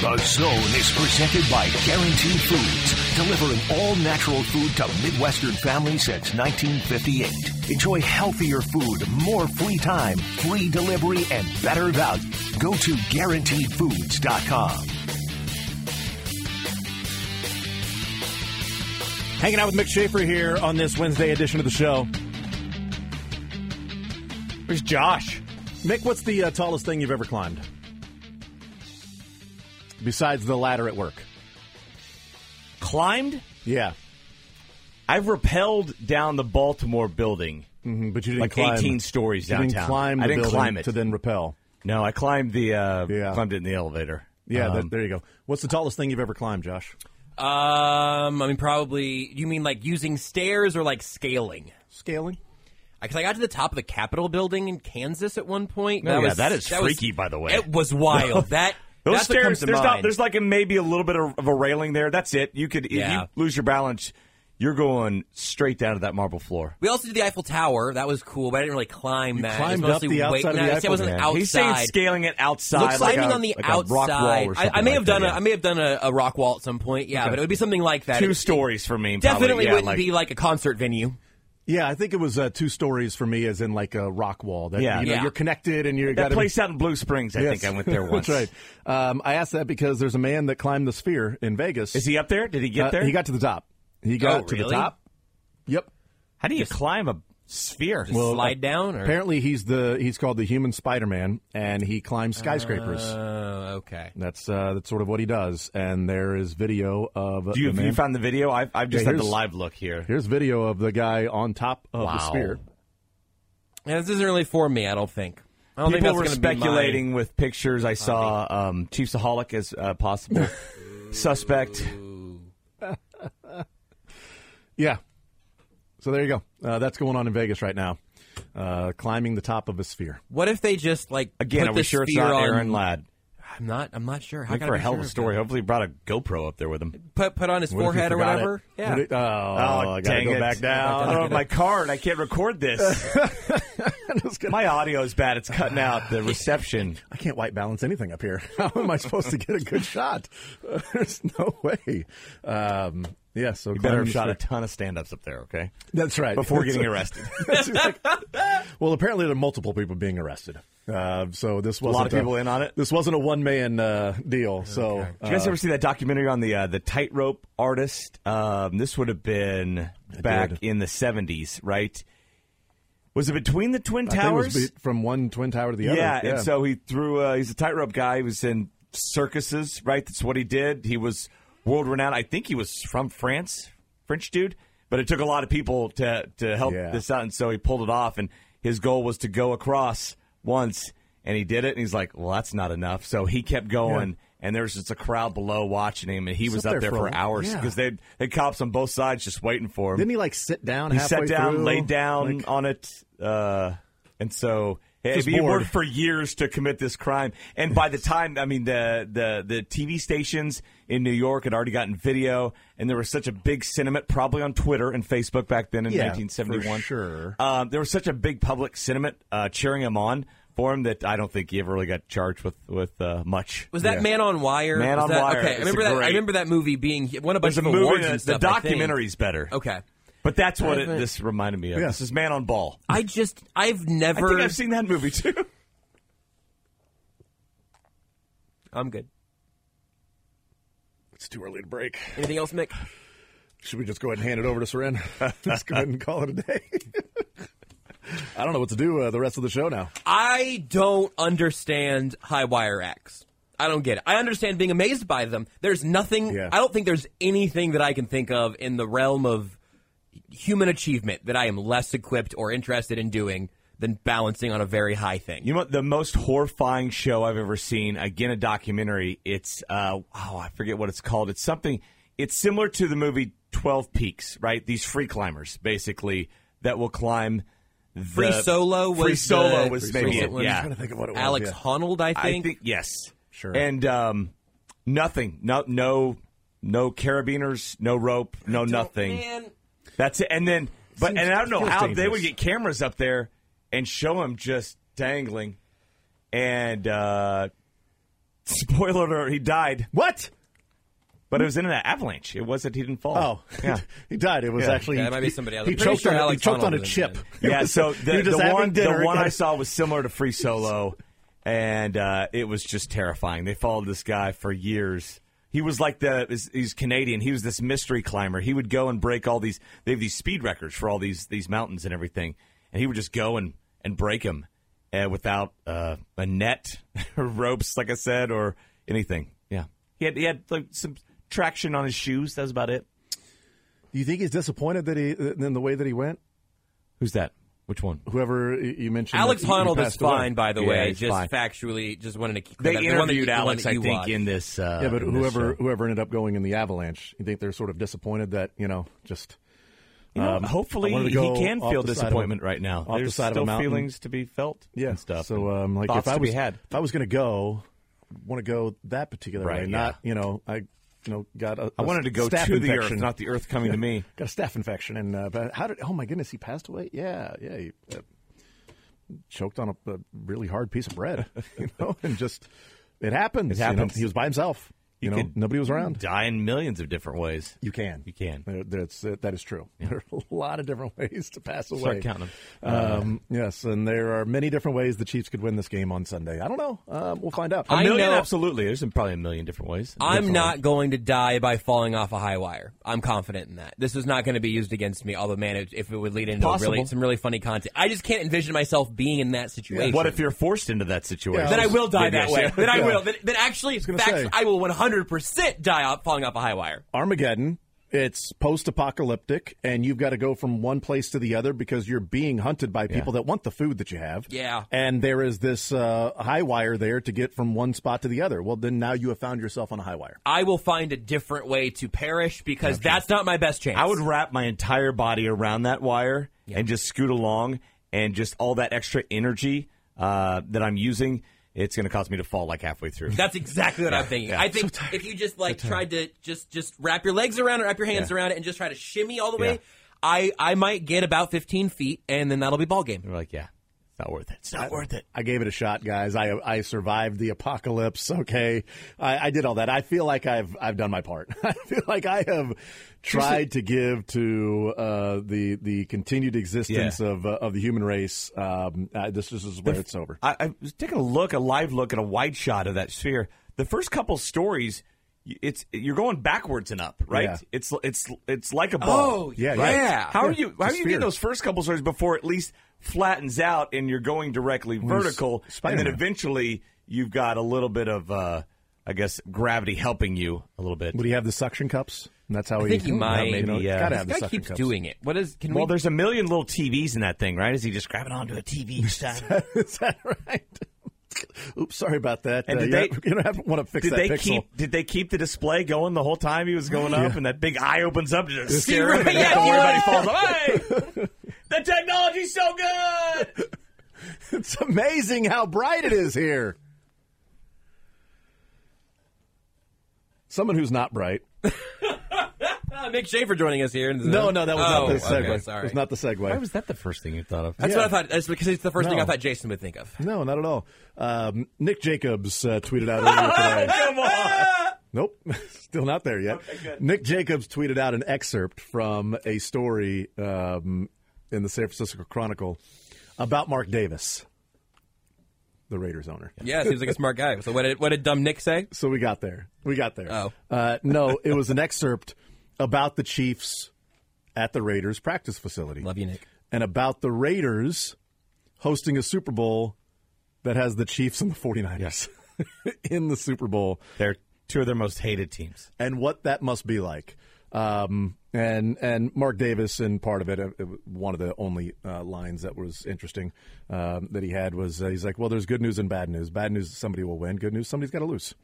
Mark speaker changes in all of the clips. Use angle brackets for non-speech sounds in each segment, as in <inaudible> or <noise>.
Speaker 1: The Zone is presented by Guaranteed Foods, delivering all natural food to Midwestern families since 1958. Enjoy healthier food, more free time, free delivery, and better value. Go to guaranteedfoods.com.
Speaker 2: Hanging out with Mick Schaefer here on this Wednesday edition of the show. Where's Josh? Mick, what's the uh, tallest thing you've ever climbed? Besides the ladder at work.
Speaker 3: Climbed?
Speaker 2: Yeah.
Speaker 3: I've rappelled down the Baltimore building.
Speaker 2: hmm but you didn't
Speaker 3: Like
Speaker 2: climb.
Speaker 3: 18 stories
Speaker 2: You didn't
Speaker 3: downtown.
Speaker 2: climb the
Speaker 3: I didn't
Speaker 2: building
Speaker 3: climb it.
Speaker 2: to then rappel.
Speaker 3: No, I climbed the uh,
Speaker 2: Yeah.
Speaker 3: climbed it in the elevator.
Speaker 2: Yeah,
Speaker 3: Um,
Speaker 2: that, there you go. What's the tallest thing you've ever climbed, Josh?
Speaker 4: Um, I mean, probably. You mean like using stairs or like scaling?
Speaker 2: Scaling?
Speaker 4: Because I got to the top of the Capitol building in Kansas at one point.
Speaker 3: Oh, yeah, that is freaky, by the way.
Speaker 4: It was
Speaker 3: <laughs>
Speaker 4: wild. that
Speaker 3: Those
Speaker 4: that's what comes
Speaker 3: stairs,
Speaker 4: to
Speaker 3: there's, not,
Speaker 4: mind.
Speaker 3: there's like a, maybe a little bit of, of a railing there. That's it. You could if
Speaker 4: Yeah.
Speaker 3: you lose your balance, you're going straight down to that marble floor.
Speaker 4: we also did the Eiffel Tower. That was cool, but I didn't really climb that. It was
Speaker 2: climbed up
Speaker 4: mostly
Speaker 2: the
Speaker 4: wait-
Speaker 2: outside of the
Speaker 4: no, I see, I
Speaker 2: Eiffel
Speaker 4: wasn't
Speaker 2: Tower.
Speaker 4: outside.
Speaker 3: He's saying scaling it outside.
Speaker 4: Look,
Speaker 3: like
Speaker 4: climbing
Speaker 3: a-
Speaker 4: on the
Speaker 3: like a
Speaker 4: outside.
Speaker 3: rock wall or
Speaker 4: I,
Speaker 3: something
Speaker 4: I may
Speaker 3: like
Speaker 4: have
Speaker 3: that,
Speaker 4: done.
Speaker 3: yeah.
Speaker 4: A, I may have done a, a rock wall at some point. Yeah, but it would be something like that.
Speaker 3: two
Speaker 4: It-
Speaker 3: stories for me.
Speaker 4: It definitely
Speaker 3: probably. Yeah,
Speaker 4: wouldn't
Speaker 3: like-
Speaker 4: be like a concert venue.
Speaker 2: Yeah, I think it was uh, two stories for me, as in like a rock wall. That,
Speaker 3: Yeah.
Speaker 2: you know,
Speaker 4: Yeah.
Speaker 2: you're connected and you're
Speaker 3: that place out in Blue Springs. I think I went there once.
Speaker 2: <laughs> That's right. Um, I asked that because there's a man that climbed the sphere in Vegas.
Speaker 3: Is he up there? Did he get
Speaker 2: Uh,
Speaker 3: there?
Speaker 2: He got to the top. He got
Speaker 4: Oh,
Speaker 2: to the
Speaker 4: really?
Speaker 2: top. Yep.
Speaker 3: How do you climb a sphere?
Speaker 4: Just slide down or
Speaker 2: Apparently, he's the he's called the human Spider Man, and he climbs skyscrapers.
Speaker 4: Uh, okay.
Speaker 2: that's uh, that's sort of what he does. And there is video of
Speaker 3: do you,
Speaker 2: the
Speaker 3: have
Speaker 2: man-
Speaker 3: you found the video? I've, I've just
Speaker 2: Yeah,
Speaker 3: had the
Speaker 2: here's-
Speaker 3: live look here.
Speaker 2: Here's video of the guy on top of the
Speaker 3: Wow.
Speaker 2: sphere.
Speaker 4: Yeah, this isn't really for me. I don't think. I don't
Speaker 3: People
Speaker 4: think
Speaker 3: were
Speaker 4: that's gonna be mine.
Speaker 3: speculating with pictures. I saw um, Chiefs Aholic as a possible suspect.
Speaker 2: Yeah. So there you go. Uh, that's going on in Vegas right now. Uh, climbing the top of a sphere.
Speaker 4: What if they just like
Speaker 3: Again,
Speaker 4: Put
Speaker 3: are
Speaker 4: the
Speaker 3: we sure it's
Speaker 4: sphere
Speaker 3: not
Speaker 4: on-
Speaker 3: Aaron Ladd?
Speaker 4: I'm not. I'm not sure. How
Speaker 3: Look
Speaker 4: can I
Speaker 3: for a
Speaker 4: be
Speaker 3: hell of
Speaker 4: sure
Speaker 3: a story. Hopefully, he brought a GoPro up there with him.
Speaker 4: Put put on his
Speaker 2: What if he
Speaker 4: forehead or
Speaker 2: forgot
Speaker 4: whatever.
Speaker 2: it?
Speaker 4: Yeah.
Speaker 2: What if-
Speaker 3: uh,
Speaker 2: oh, I gotta go back down.
Speaker 3: <laughs> I don't have
Speaker 2: <laughs>
Speaker 3: my card. I can't record this. my audio is bad. It's cutting out the reception.
Speaker 2: I can't white balance anything up here. <laughs> How am I supposed to get a good shot? <laughs> There's no way. Um, yeah, so
Speaker 3: You better
Speaker 2: climbing
Speaker 3: have
Speaker 2: the
Speaker 3: shot a
Speaker 2: sphere-
Speaker 3: ton of stand-ups up there, okay?
Speaker 2: That's right.
Speaker 3: Before
Speaker 2: That's
Speaker 3: getting
Speaker 2: right.
Speaker 3: arrested.
Speaker 2: <laughs> Well, apparently there are multiple people being arrested. Uh, so this was
Speaker 3: lot of people in on it?
Speaker 2: This wasn't a one man uh, deal. So uh,
Speaker 3: Did you guys ever see that documentary on the uh, the tightrope artist? Um, this would have been back
Speaker 2: did.
Speaker 3: in the seventies, right? Was it between the twin
Speaker 2: I think it was
Speaker 3: towers?
Speaker 2: be- from one twin tower to the other.
Speaker 3: yeah, and so he threw. Uh, he's a tightrope guy. He was in circuses, right? That's what he did. He was world renowned. I think he was from France, French dude. But it took a lot of people to to help
Speaker 2: Yeah.
Speaker 3: this out, and so he pulled it off. And his goal was to go across once, and he did it. And he's like, "Well, that's not enough." So he kept going. And there was just a crowd below watching him, and he was
Speaker 2: up there
Speaker 3: up there,
Speaker 2: for
Speaker 3: for,
Speaker 2: a-
Speaker 3: hours
Speaker 2: yeah.
Speaker 3: because they they cops on both sides just waiting for him
Speaker 2: didn't he like sit down?
Speaker 3: he
Speaker 2: halfway
Speaker 3: sat down,
Speaker 2: through?
Speaker 3: laid down
Speaker 2: Like,
Speaker 3: on it, uh, and so hey,
Speaker 2: Just
Speaker 3: he
Speaker 2: bored.
Speaker 3: worked for years to commit this crime. And
Speaker 2: <laughs>
Speaker 3: by the time, I mean the the the TV stations in New York had already gotten video, and there was such a big sentiment, probably on Twitter and Facebook back then in
Speaker 2: Yeah,
Speaker 3: 1971.
Speaker 2: for sure.
Speaker 3: um, there was such a big public sentiment uh, cheering him on for him that I don't think he ever really got charged with with uh, much.
Speaker 4: was that Man on Wire?
Speaker 3: Man
Speaker 4: Was
Speaker 3: on
Speaker 4: that,
Speaker 3: Wire.
Speaker 4: Okay, I
Speaker 3: It's
Speaker 4: remember
Speaker 3: a
Speaker 4: that. I
Speaker 3: great-
Speaker 4: remember that movie being he won a bunch
Speaker 3: There's a
Speaker 4: of
Speaker 3: movie.
Speaker 4: awards
Speaker 3: that-
Speaker 4: and
Speaker 3: the
Speaker 4: stuff. I think.
Speaker 3: documentary's better.
Speaker 4: Okay.
Speaker 3: But that's what it, this reminded me of.
Speaker 2: Yeah.
Speaker 3: This is Man on Ball.
Speaker 4: I just I've
Speaker 3: I
Speaker 4: never.
Speaker 3: think I've seen that movie too.
Speaker 4: am good.
Speaker 2: It's too early to break.
Speaker 4: Anything else, Mick?
Speaker 2: Should we just go ahead and hand it over to
Speaker 3: <laughs>
Speaker 2: Seren? Let's go ahead and call it a day. <laughs> I don't know what to do uh, the rest of the show now.
Speaker 4: I don't understand high wire acts. I don't get it. I understand being amazed by them. There's nothing.
Speaker 2: Yeah.
Speaker 4: I don't think there's anything that I can think of in the realm of human achievement that I am less equipped or interested in doing than balancing on a very high thing.
Speaker 3: You know what? The most horrifying show I've ever seen. Again, a documentary. It's uh, oh, I forget what it's called. It's something. It's similar to the movie Twelve Peaks, right? These free climbers, basically, that will climb. The,
Speaker 4: Free Solo was
Speaker 3: free solo
Speaker 4: the
Speaker 3: was
Speaker 4: Free
Speaker 3: maybe
Speaker 4: Solo
Speaker 3: it.
Speaker 4: one.
Speaker 3: Yeah,
Speaker 2: I'm trying to think of what it was.
Speaker 4: Alex
Speaker 2: yeah.
Speaker 4: Honnold, I
Speaker 3: I
Speaker 4: think.
Speaker 3: think yes.
Speaker 2: Sure.
Speaker 3: And um, nothing. No, no, no carabiners. No rope. No nothing.
Speaker 4: Man,
Speaker 3: That's it. And then, but
Speaker 2: Seems-
Speaker 3: and I don't know
Speaker 2: feels
Speaker 3: how they
Speaker 2: dangerous.
Speaker 3: would get cameras up there and show him just dangling, and uh, <laughs> Spoiler alert, he died.
Speaker 2: What?
Speaker 3: But it was in an avalanche. It wasn't, he didn't fall.
Speaker 2: Oh,
Speaker 3: yeah.
Speaker 2: <laughs> he died. It was
Speaker 3: Yeah.
Speaker 2: actually
Speaker 4: Yeah, that might be somebody else.
Speaker 2: He
Speaker 4: I'm pretty
Speaker 2: choked,
Speaker 4: sure
Speaker 2: on, he
Speaker 4: Alex
Speaker 2: choked on
Speaker 4: Honnold
Speaker 2: a
Speaker 4: was
Speaker 2: chip.
Speaker 4: in
Speaker 2: <laughs>
Speaker 3: Yeah, <laughs> so
Speaker 2: He
Speaker 3: the,
Speaker 2: was just
Speaker 3: the
Speaker 2: having
Speaker 3: one
Speaker 2: dinner,
Speaker 3: the one I
Speaker 2: guys.
Speaker 3: saw was similar to <laughs> Free Solo, and uh, it was just terrifying. They followed this guy for years. He was like the he's- he's Canadian. He was this mystery climber. He would go and break all these. They have these speed records for all these these mountains and everything, and he would just go and and break them uh, without uh, a net <laughs> or ropes, like I said, or anything. Yeah, he had he had like some traction on his shoes. That was about it.
Speaker 2: Do you think he's disappointed that he in the way that he went?
Speaker 3: Who's that? Which one?
Speaker 2: Whoever y- you mentioned,
Speaker 4: Alex
Speaker 2: that he- he
Speaker 4: Honnold is
Speaker 2: passed away.
Speaker 4: fine, by the
Speaker 3: Yeah,
Speaker 4: way.
Speaker 3: he's
Speaker 4: Just
Speaker 3: fine.
Speaker 4: factually, just wanted to.
Speaker 3: They
Speaker 4: that- the one that you-
Speaker 3: interviewed
Speaker 4: the one
Speaker 3: Alex,
Speaker 4: that
Speaker 3: I
Speaker 4: you
Speaker 3: think,
Speaker 4: watched.
Speaker 3: in this. Uh,
Speaker 2: Yeah, but
Speaker 3: in this
Speaker 2: whoever
Speaker 3: show.
Speaker 2: whoever ended up going in the avalanche, you think they're sort of disappointed that you know just
Speaker 3: You know,
Speaker 2: Um,
Speaker 3: hopefully
Speaker 2: I wanted to
Speaker 3: he
Speaker 2: go
Speaker 3: can
Speaker 2: off
Speaker 3: feel
Speaker 2: the side of a-
Speaker 3: disappointment right now.
Speaker 2: off the
Speaker 3: There's
Speaker 2: side of a
Speaker 3: still
Speaker 2: mountain.
Speaker 3: feelings to be felt.
Speaker 2: yeah
Speaker 3: and stuff.
Speaker 2: So
Speaker 3: and
Speaker 2: um, like
Speaker 3: thoughts
Speaker 2: if I
Speaker 3: to
Speaker 2: was
Speaker 3: be had.
Speaker 2: if I was going to go, want to go that particular
Speaker 3: Right,
Speaker 2: way,
Speaker 3: yeah.
Speaker 2: not you know I you know got a,
Speaker 3: I
Speaker 2: a
Speaker 3: wanted to go to
Speaker 2: staph
Speaker 3: the earth,
Speaker 2: infection.
Speaker 3: not the earth coming to me.
Speaker 2: got a staph infection and uh, but how did oh my goodness he passed away yeah yeah he uh, choked on a, a really hard piece of bread <laughs> you know and just it happens
Speaker 3: It
Speaker 2: you know?
Speaker 3: happens.
Speaker 2: he was by himself you, know
Speaker 3: could
Speaker 2: nobody was around
Speaker 3: Die in millions of different ways.
Speaker 2: you can
Speaker 3: You can.
Speaker 2: There- that's uh, that is true <laughs> there are a lot of different <laughs> ways to pass away
Speaker 3: Start counting them.
Speaker 2: um, yes and there are many different ways the Chiefs could win this game on Sunday I don't know um, we'll find out
Speaker 3: A
Speaker 4: I
Speaker 3: million,
Speaker 4: know-
Speaker 3: absolutely. There's probably a million different ways.
Speaker 4: I'm
Speaker 3: Different
Speaker 4: not
Speaker 3: ways.
Speaker 4: going to die by falling off a high wire. I'm confident in that. This is not going to be used against me. Although, man, it, if it would lead into a
Speaker 3: Possible.
Speaker 4: really some really funny content, I just can't envision myself being in that situation.
Speaker 3: What if you're forced into that situation?
Speaker 4: Then I will die that way. Then I
Speaker 2: Yeah.
Speaker 4: will. Then, then actually,
Speaker 2: gonna
Speaker 4: facts-
Speaker 2: say.
Speaker 4: I will 100% die off falling off a high wire.
Speaker 2: Armageddon. It's post-apocalyptic, and you've got to go from one place to the other because you're being hunted by people that want the food that you have.
Speaker 4: Yeah.
Speaker 2: and there is this uh, high wire there to get from one spot to the other. Well, then now you have found yourself on a high wire.
Speaker 4: I will find a different way to perish because that's not my best chance.
Speaker 3: I would wrap my entire body around that wire and just scoot along, and just all that extra energy uh, that I'm using, it's going to cause me to fall like halfway through.
Speaker 4: That's exactly what I'm thinking. I think if you just like tried to just just wrap your legs around it, wrap your hands around it, and just try to shimmy all the way,
Speaker 3: Yeah.
Speaker 4: I I might get about 15 feet, and then that'll be ball game.
Speaker 3: We're like, yeah, it's not worth it. It's not worth it.
Speaker 2: I gave it a shot, guys. I I survived the apocalypse. Okay, I, I did all that. I feel like I've I've done my part. <laughs> I feel like I have tried to give to uh, the the continued existence
Speaker 3: Yeah.
Speaker 2: of uh, of the human race. Um, uh, this, this is where it's over.
Speaker 3: I, I was taking a look, a live look at a wide shot of that sphere. The first couple stories, y- it's you're going backwards and up, right?
Speaker 2: Yeah.
Speaker 3: It's it's it's like a ball.
Speaker 4: Oh, Yeah,
Speaker 2: yeah.
Speaker 3: right?
Speaker 4: yeah.
Speaker 3: How are
Speaker 2: Yeah,
Speaker 3: you? How
Speaker 2: it's
Speaker 3: are you
Speaker 2: a sphere.
Speaker 3: getting those first couple stories before at least flattens out and you're going directly
Speaker 2: it's
Speaker 3: vertical, and then
Speaker 2: Spider-Man.
Speaker 3: eventually you've got a little bit of, uh, I guess, gravity helping you a little bit.
Speaker 2: Would he have the suction cups? And that's how
Speaker 4: I
Speaker 2: he.
Speaker 4: think you might.
Speaker 2: You know,
Speaker 3: Maybe, yeah.
Speaker 2: Gotta
Speaker 4: This
Speaker 2: have the
Speaker 4: guy
Speaker 2: suction
Speaker 4: keeps
Speaker 2: cups.
Speaker 4: doing it. What is? Can
Speaker 3: Well,
Speaker 4: we?
Speaker 3: there's a million little TVs in that thing, right? Is he just grabbing onto a TV each <laughs> time?
Speaker 2: <laughs> Is that right? <laughs> Oops, sorry about that.
Speaker 3: And
Speaker 2: uh,
Speaker 3: did
Speaker 2: you
Speaker 3: they-
Speaker 2: don't- you don't have want to fix
Speaker 3: Did
Speaker 2: that
Speaker 3: they
Speaker 2: pixel. <laughs>
Speaker 3: keep? Did they keep the display going the whole time he was going up, and that big eye opens up to just scare him? <laughs>
Speaker 4: right,
Speaker 3: and
Speaker 4: yeah,
Speaker 3: don't worry about
Speaker 4: yeah.
Speaker 3: he falls off. Hey, the technology's so good.
Speaker 2: <laughs> It's amazing how bright it is here. Someone who's not bright.
Speaker 4: Ah, Mick Schaefer joining us here.
Speaker 2: <laughs> No, no, that was
Speaker 4: Oh,
Speaker 2: not the segue.
Speaker 4: okay,
Speaker 2: It
Speaker 4: sorry.
Speaker 2: was not the segue.
Speaker 3: was that the first thing you thought of?
Speaker 4: That's
Speaker 2: Yeah.
Speaker 4: what I thought. That's because it's the first thing
Speaker 2: No.
Speaker 4: I thought Jason would think of.
Speaker 2: no, not at all. Um, Nick Jacobs uh, tweeted out earlier today.
Speaker 3: Come on.
Speaker 2: <laughs> Nope, still not there yet. Nick Jacobs tweeted out an excerpt from a story um, in the San Francisco Chronicle about Mark Davis, the Raiders owner.
Speaker 4: Yeah, seems like a smart guy. So what did what did dumb Nick say?
Speaker 2: So we got there. We got there.
Speaker 4: Oh.
Speaker 2: Uh, no, it was an excerpt about the Chiefs at the Raiders practice facility
Speaker 4: Love you, Nick.
Speaker 2: and about the Raiders hosting a Super Bowl that has the Chiefs and the 49ers <laughs> in the Super Bowl.
Speaker 3: They're two of their most hated teams.
Speaker 2: and what that must be like. Um, and and Mark Davis and part of it, uh, it was one of the only uh, lines that was interesting um, that he had was uh, he's like, well, there's good news and bad news. Bad news, somebody will win. Good news, somebody's got to lose.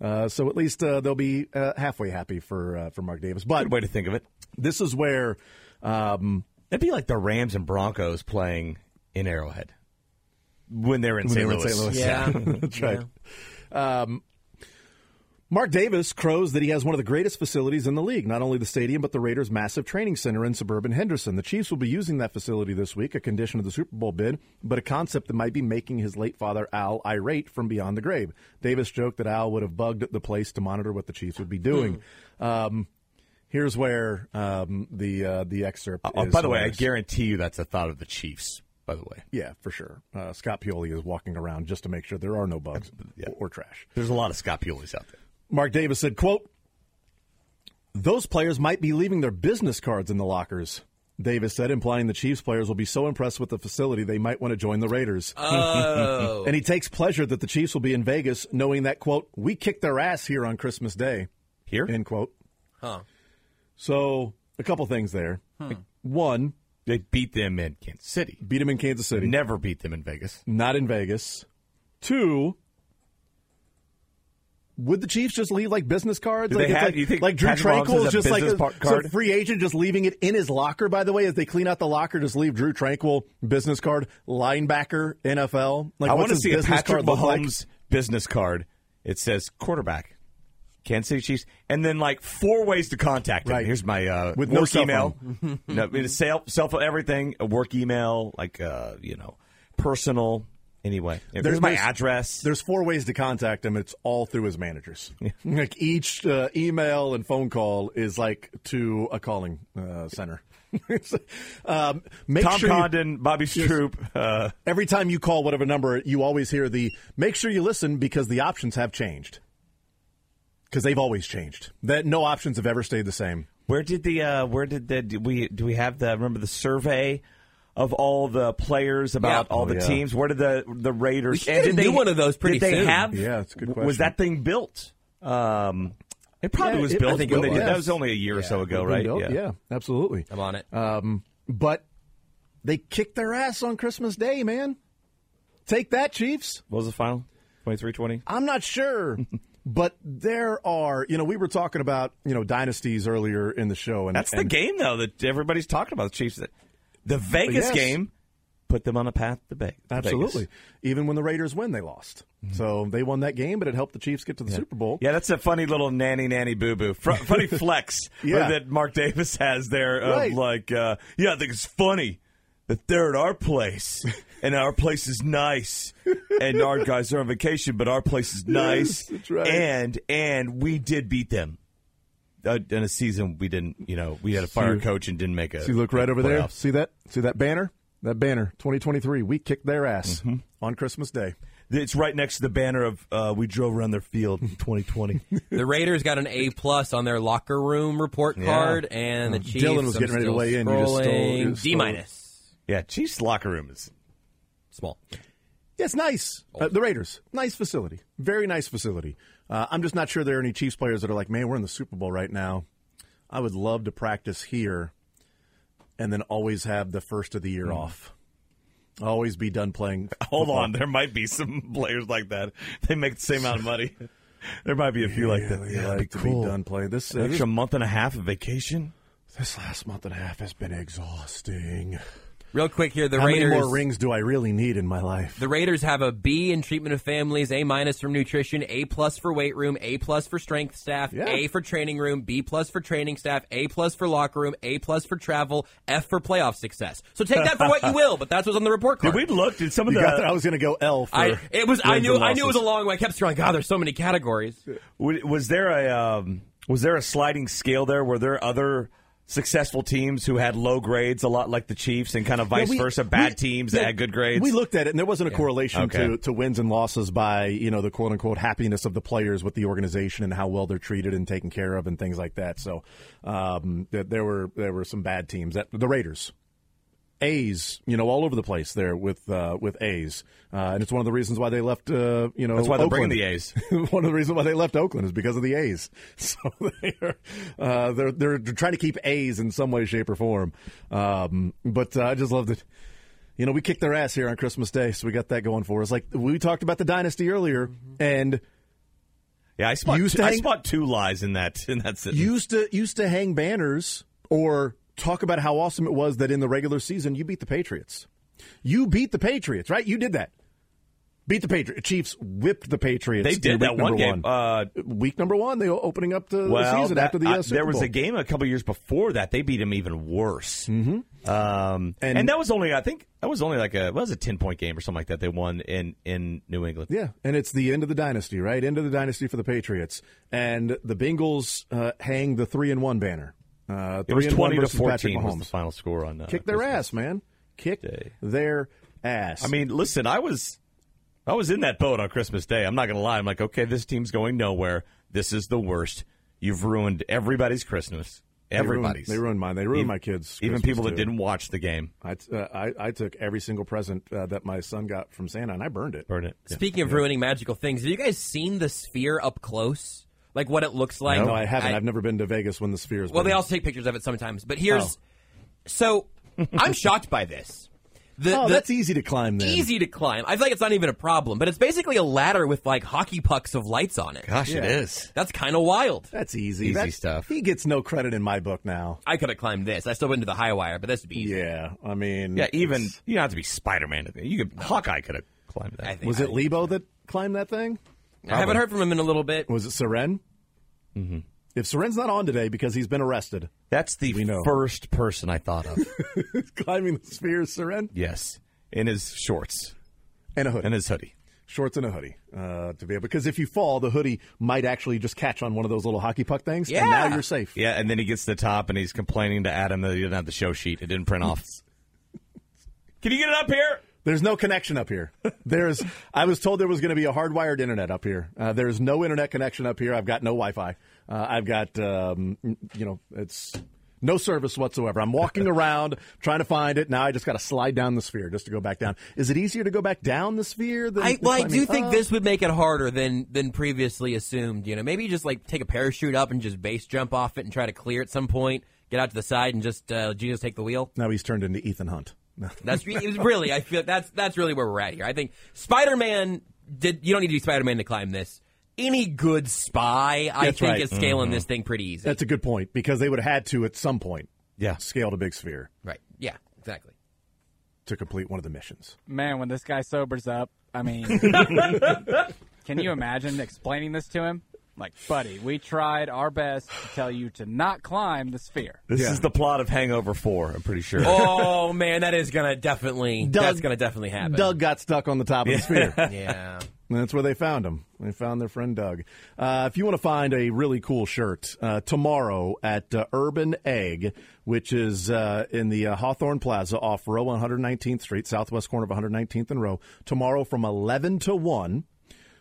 Speaker 2: Uh, so at least uh, they'll be uh, halfway happy for uh, for Mark Davis. But
Speaker 3: Good way to think of it.
Speaker 2: this is where um,
Speaker 3: That'd be like the Rams and Broncos playing in Arrowhead when they're in,
Speaker 2: when
Speaker 3: St.
Speaker 2: they were in
Speaker 3: Louis.
Speaker 2: St. Louis.
Speaker 4: Yeah.
Speaker 2: That's right. Um, Mark Davis crows that he has one of the greatest facilities in the league, not only the stadium, but the Raiders' massive training center in suburban Henderson. The Chiefs will be using that facility this week, a condition of the Super Bowl bid, but a concept that might be making his late father, Al, irate from beyond the grave. Davis joked that Al would have bugged the place to monitor what the Chiefs would be doing. um, here's where um, the uh, the excerpt
Speaker 3: Oh,
Speaker 2: is
Speaker 3: by the way, I
Speaker 2: hilarious.
Speaker 3: guarantee you that's a thought of the Chiefs. By the way,
Speaker 2: Yeah, for sure. Uh, Scott Pioli is walking around just to make sure there are no bugs or trash.
Speaker 3: there's a lot of Scott Pulis out there.
Speaker 2: Mark Davis said, quote, those players might be leaving their business cards in the lockers. Davis said, implying the Chiefs players will be so impressed with the facility they might want to join the Raiders.
Speaker 4: Oh,
Speaker 2: <laughs> And he takes pleasure that the Chiefs will be in Vegas, knowing that, quote, we kicked their ass here on Christmas Day,
Speaker 3: Here,
Speaker 2: end quote.
Speaker 4: huh. Hmm.
Speaker 2: So, a couple things there. One,
Speaker 3: they beat them in Kansas City.
Speaker 2: beat him in Kansas City.
Speaker 3: Never beat them in Vegas.
Speaker 2: not in Vegas. Two, would the Chiefs just leave like business cards?
Speaker 3: Do
Speaker 2: like,
Speaker 3: they
Speaker 2: it's
Speaker 3: have-
Speaker 2: like,
Speaker 3: you think
Speaker 2: like Drew
Speaker 3: Patrick Mahomes
Speaker 2: Tranquil is
Speaker 3: has a
Speaker 2: just like
Speaker 3: business par-
Speaker 2: so
Speaker 3: card?
Speaker 2: free agent, just leaving it in his locker. By the way, as they clean out the locker, just leave Drew Tranquil business card, linebacker, NFL. Like
Speaker 3: I
Speaker 2: want to
Speaker 3: see a Patrick
Speaker 2: card look like?
Speaker 3: Mahomes business card. It says quarterback, Kansas City Chiefs, and then like four ways to contact him.
Speaker 2: Right.
Speaker 3: Here's my uh,
Speaker 2: With no
Speaker 3: work
Speaker 2: cell
Speaker 3: email,
Speaker 2: <laughs>
Speaker 3: no, it is cell, cell phone, everything, a work email, like uh, you know, personal. Anyway, there's my
Speaker 2: there's-
Speaker 3: address.
Speaker 2: There's four ways to contact him. It's all through his managers. Like each uh, email and phone call is like to a calling uh, center. <laughs> um, make
Speaker 3: Tom
Speaker 2: sure you-
Speaker 3: Condon, Bobby Stroop. Uh,
Speaker 2: every time you call whatever number, you always hear the make sure you listen because the options have changed. Because they've always changed. That no options have ever stayed the same.
Speaker 3: Where did the uh, where did the do we do we have the remember the survey of all the players about
Speaker 4: Yeah.
Speaker 3: all
Speaker 2: Oh,
Speaker 3: the
Speaker 2: yeah.
Speaker 3: teams? Where did the the Raiders?
Speaker 4: We should
Speaker 3: and
Speaker 4: get
Speaker 3: did
Speaker 4: a new
Speaker 3: they-
Speaker 4: one of those pretty
Speaker 3: did they
Speaker 4: soon.
Speaker 3: have?
Speaker 2: Yeah, it's a good
Speaker 3: w- Was
Speaker 2: question.
Speaker 3: that thing built? Um, it probably
Speaker 2: Yeah,
Speaker 3: was
Speaker 2: it- I
Speaker 3: built
Speaker 4: think
Speaker 3: when
Speaker 4: it
Speaker 3: they did.
Speaker 2: was.
Speaker 3: That was only a year or so ago, right?
Speaker 2: yeah. absolutely.
Speaker 4: <laughs> I'm on it.
Speaker 2: Um, but they kicked their ass on Christmas Day, man. Take that, Chiefs.
Speaker 3: What was the final? 23-20?
Speaker 2: I'm not sure. <laughs> But there are, you know, we were talking about, you know, dynasties earlier in the show, and
Speaker 3: That's the
Speaker 2: and-
Speaker 3: game though that everybody's talking about. The Chiefs, the Vegas
Speaker 2: Yes.
Speaker 3: game, put them on a path to Vegas.
Speaker 2: Absolutely. Even when the Raiders win, they lost. So they won that game, but it helped the Chiefs get to the Super Bowl.
Speaker 3: Yeah, that's a funny little nanny nanny boo boo.
Speaker 2: <laughs>
Speaker 3: Fr- funny flex
Speaker 2: Yeah.
Speaker 3: that Mark Davis has there of
Speaker 2: Right.
Speaker 3: like, uh, yeah, I think it's funny that they're at
Speaker 2: <laughs>
Speaker 3: our place and our place is nice and our guys are on vacation, but our place is nice.
Speaker 2: that's right.
Speaker 3: And and we did beat them. Uh, in a season we didn't, you know, we had a fire coach and didn't make a.
Speaker 2: See, look right over there.
Speaker 3: playoffs.
Speaker 2: See that? See that banner? That banner, 2023. We kicked their ass on Christmas Day.
Speaker 3: It's right next to the banner of uh, we drove around their field in
Speaker 2: <laughs>
Speaker 3: 2020.
Speaker 4: The Raiders got an A plus on their locker room report card, and the Chiefs.
Speaker 2: Dylan was
Speaker 4: I'm
Speaker 2: getting ready to
Speaker 4: still
Speaker 2: weigh in. You just stole-
Speaker 4: scrolling.
Speaker 2: you just
Speaker 4: D
Speaker 2: stole-
Speaker 4: minus.
Speaker 3: yeah, Chiefs locker room is
Speaker 4: Small.
Speaker 2: Yeah, it's nice. Uh, the Raiders, nice facility, very nice facility. Uh, I'm just not sure there are any Chiefs players that are like, man, we're in the Super Bowl right now. I would love to practice here, and then always have the first of the year off. Always be done playing.
Speaker 3: Hold on, there might be some <laughs> players like that. They make the same amount of money. <laughs> There might be a few like that.
Speaker 2: Really like to be done playing. This,
Speaker 3: An
Speaker 2: this
Speaker 3: extra month and a half of vacation.
Speaker 2: This last month and a half has been exhausting.
Speaker 4: Real quick here, the
Speaker 2: How
Speaker 4: Raiders.
Speaker 2: many more rings do I really need in my life?
Speaker 4: The Raiders have a B in treatment of families, A minus from nutrition, A plus for weight room, A plus for strength staff,
Speaker 2: Yeah.
Speaker 4: A for training room, B plus for training staff, A plus for locker room, A plus for travel, F for playoff success. So take that for
Speaker 2: <laughs>
Speaker 4: what you will, but that's what's on the report card.
Speaker 3: Did we look? Did some of
Speaker 2: You
Speaker 3: the?
Speaker 2: got that? I was going to go L for.
Speaker 4: I it was I
Speaker 2: wins
Speaker 4: knew
Speaker 2: and
Speaker 4: I knew it was a
Speaker 2: losses.
Speaker 4: long way. I kept scrolling. God, there's so many categories.
Speaker 3: w- Was there a? Um, was there a sliding scale there? Were there other successful teams who had low grades, a lot like the Chiefs, and kind of vice
Speaker 2: Yeah, we-
Speaker 3: versa? Bad
Speaker 2: we-
Speaker 3: teams
Speaker 2: yeah,
Speaker 3: that had good grades.
Speaker 2: We looked at it, and there wasn't a correlation
Speaker 3: Okay.
Speaker 2: to, to wins and losses by you know the quote unquote happiness of the players with the organization and how well they're treated and taken care of and things like that. So um, th- there were there were some bad teams. That, the Raiders, A's, you know, all over the place there with uh, with A's, uh, and it's one of the reasons why they left. Uh, you know,
Speaker 3: That's why they're bringing
Speaker 2: Oakland.
Speaker 3: the A's.
Speaker 2: <laughs> one of the reasons why they left Oakland is because of the A's. <laughs> So they're uh, they're they're trying to keep A's in some way, shape, or form. Um, but uh, I just loved it. You know, we kicked their ass here on Christmas Day, so we got that going for us. Like we talked about the dynasty earlier,
Speaker 3: Mm-hmm.
Speaker 2: and
Speaker 3: yeah, I spot.
Speaker 2: Used
Speaker 3: Two,
Speaker 2: to
Speaker 3: I
Speaker 2: hang-
Speaker 3: spot two lies in that. In that sentence.
Speaker 2: used to used to hang banners or talk about how awesome it was that in the regular season you beat the Patriots. You beat the Patriots, right? You did that. beat the Patriots. Chiefs whipped the Patriots.
Speaker 3: They
Speaker 2: in week
Speaker 3: did that
Speaker 2: number
Speaker 3: one game. Uh,
Speaker 2: week number one, they were opening up the, the
Speaker 3: well,
Speaker 2: season
Speaker 3: that-
Speaker 2: after the
Speaker 3: I-
Speaker 2: uh, Super
Speaker 3: there was
Speaker 2: Bowl.
Speaker 3: a game a couple years before that. They beat him even worse. Mm-hmm. Um, and,
Speaker 2: And-
Speaker 3: that was only I think that was only like a what was a ten point game or something like that. They won in in New England.
Speaker 2: Yeah, and it's the end of the dynasty, right? End of the dynasty for the Patriots, and the Bengals uh, hang the three and one banner. Uh,
Speaker 3: It was
Speaker 2: three and one
Speaker 3: twenty to
Speaker 2: versus Patrick
Speaker 3: fourteen was the
Speaker 2: Mahomes.
Speaker 3: final score on uh, that.
Speaker 2: Kick their ass, man. Kick
Speaker 3: Day.
Speaker 2: their ass.
Speaker 3: I mean, listen, I was I was in that boat on Christmas Day. I'm not going to lie. I'm like, okay, this team's going nowhere. This is the worst. You've ruined everybody's Christmas.
Speaker 2: They ruined-
Speaker 3: Everybody's.
Speaker 2: They ruined mine. They ruined
Speaker 3: Even-
Speaker 2: my kids.
Speaker 3: Even
Speaker 2: Christmas,
Speaker 3: people that
Speaker 2: too.
Speaker 3: didn't watch the game
Speaker 2: I, t- uh, I I took every single present uh, that my son got from Santa, and I burned it.
Speaker 3: earned it.
Speaker 4: Speaking of ruining magical things, have you guys seen the sphere up close? Like what it looks like?
Speaker 2: No, I haven't. Oh. I, have never been to Vegas when the sphere is.
Speaker 4: Well, they
Speaker 2: burning.
Speaker 4: also take pictures of it sometimes. But here's so I'm shocked by this.
Speaker 2: <laughs>
Speaker 4: The,
Speaker 2: Oh,
Speaker 4: the-
Speaker 2: that's easy to climb. Then
Speaker 4: easy to climb. I feel like it's not even a problem, but it's basically a ladder with like hockey pucks of lights on it.
Speaker 3: Gosh, it
Speaker 2: Yeah.
Speaker 3: is.
Speaker 4: That's kind of wild.
Speaker 2: That's easy.
Speaker 3: Easy
Speaker 2: That's-
Speaker 3: stuff.
Speaker 2: He gets no credit in my book now.
Speaker 4: I could have climbed this. I still went to the high wire, but this would be easy.
Speaker 2: Yeah, I mean,
Speaker 3: Yeah, even
Speaker 2: it's-
Speaker 3: you don't have to be Spider Man. You could Hawkeye could have climbed that.
Speaker 4: I think.
Speaker 2: was it Lebo that climbed that thing?
Speaker 4: I haven't heard from him in a little bit.
Speaker 2: Was it Seren? Mm-hmm. If Seren's not on today because he's been arrested, <laughs>
Speaker 3: That's the
Speaker 2: know.
Speaker 3: first person I thought <laughs> of.
Speaker 2: climbing the sphere, is Seren
Speaker 3: yes, in his shorts
Speaker 2: and a hoodie,
Speaker 3: and his hoodie.
Speaker 2: shorts and a hoodie uh, to be able. Because if you fall, the hoodie might actually just catch on one of those little hockey puck things, and now
Speaker 4: Yeah.
Speaker 2: you're safe.
Speaker 3: Yeah, and then he gets to the top and he's complaining to Adam that he didn't have the show sheet. It didn't print off. Can you get it up here?
Speaker 2: There's no connection up here. There's. I was told there was going to be a hardwired internet up here. Uh, there's no internet connection up here. I've got no Wi-Fi. Uh, I've got, um, you know, it's no service whatsoever. I'm <laughs> walking around trying to find it. Now I just got to slide down the sphere just to go back down. Is it easier to go back down the sphere? Than,
Speaker 4: I,
Speaker 2: than
Speaker 4: well, I
Speaker 2: climbing
Speaker 4: do think
Speaker 2: up?
Speaker 4: this would make it harder than than previously assumed. You know, maybe just like take a parachute up and just base jump off it and try to clear at some point. Get out to the side and just uh, Jesus take the wheel.
Speaker 2: Now he's turned into Ethan Hunt. <laughs>
Speaker 4: That's it was really. I feel that's that's really where we're at here. I think Spider Man did. You don't need to be Spider Man to climb this. Any good spy, I
Speaker 2: That's
Speaker 4: think,
Speaker 2: right.
Speaker 4: is scaling this thing pretty easy.
Speaker 2: That's a good point because they would have had to at some point
Speaker 3: Yeah.
Speaker 2: scaled a big sphere
Speaker 4: right. Yeah. Exactly.
Speaker 2: to complete one of the missions.
Speaker 5: Man, when this guy sobers up, I mean, can you imagine explaining this to him? Like, buddy, we tried our best to tell you to not climb the sphere.
Speaker 3: <laughs> This
Speaker 2: Yeah.
Speaker 3: is the plot of Hangover Four. I'm pretty sure.
Speaker 4: Oh man, that is gonna definitely.
Speaker 2: Doug-
Speaker 4: that's gonna definitely happen.
Speaker 2: Doug got stuck on the top <laughs> of the sphere.
Speaker 4: Yeah.
Speaker 2: And that's where they found him. They found their friend Doug. Uh, if you want to find a really cool shirt, uh, tomorrow at uh, Urban Egg, which is uh, in the uh, Hawthorne Plaza off row 119th Street, southwest corner of 119th and row, tomorrow from 11 to 1,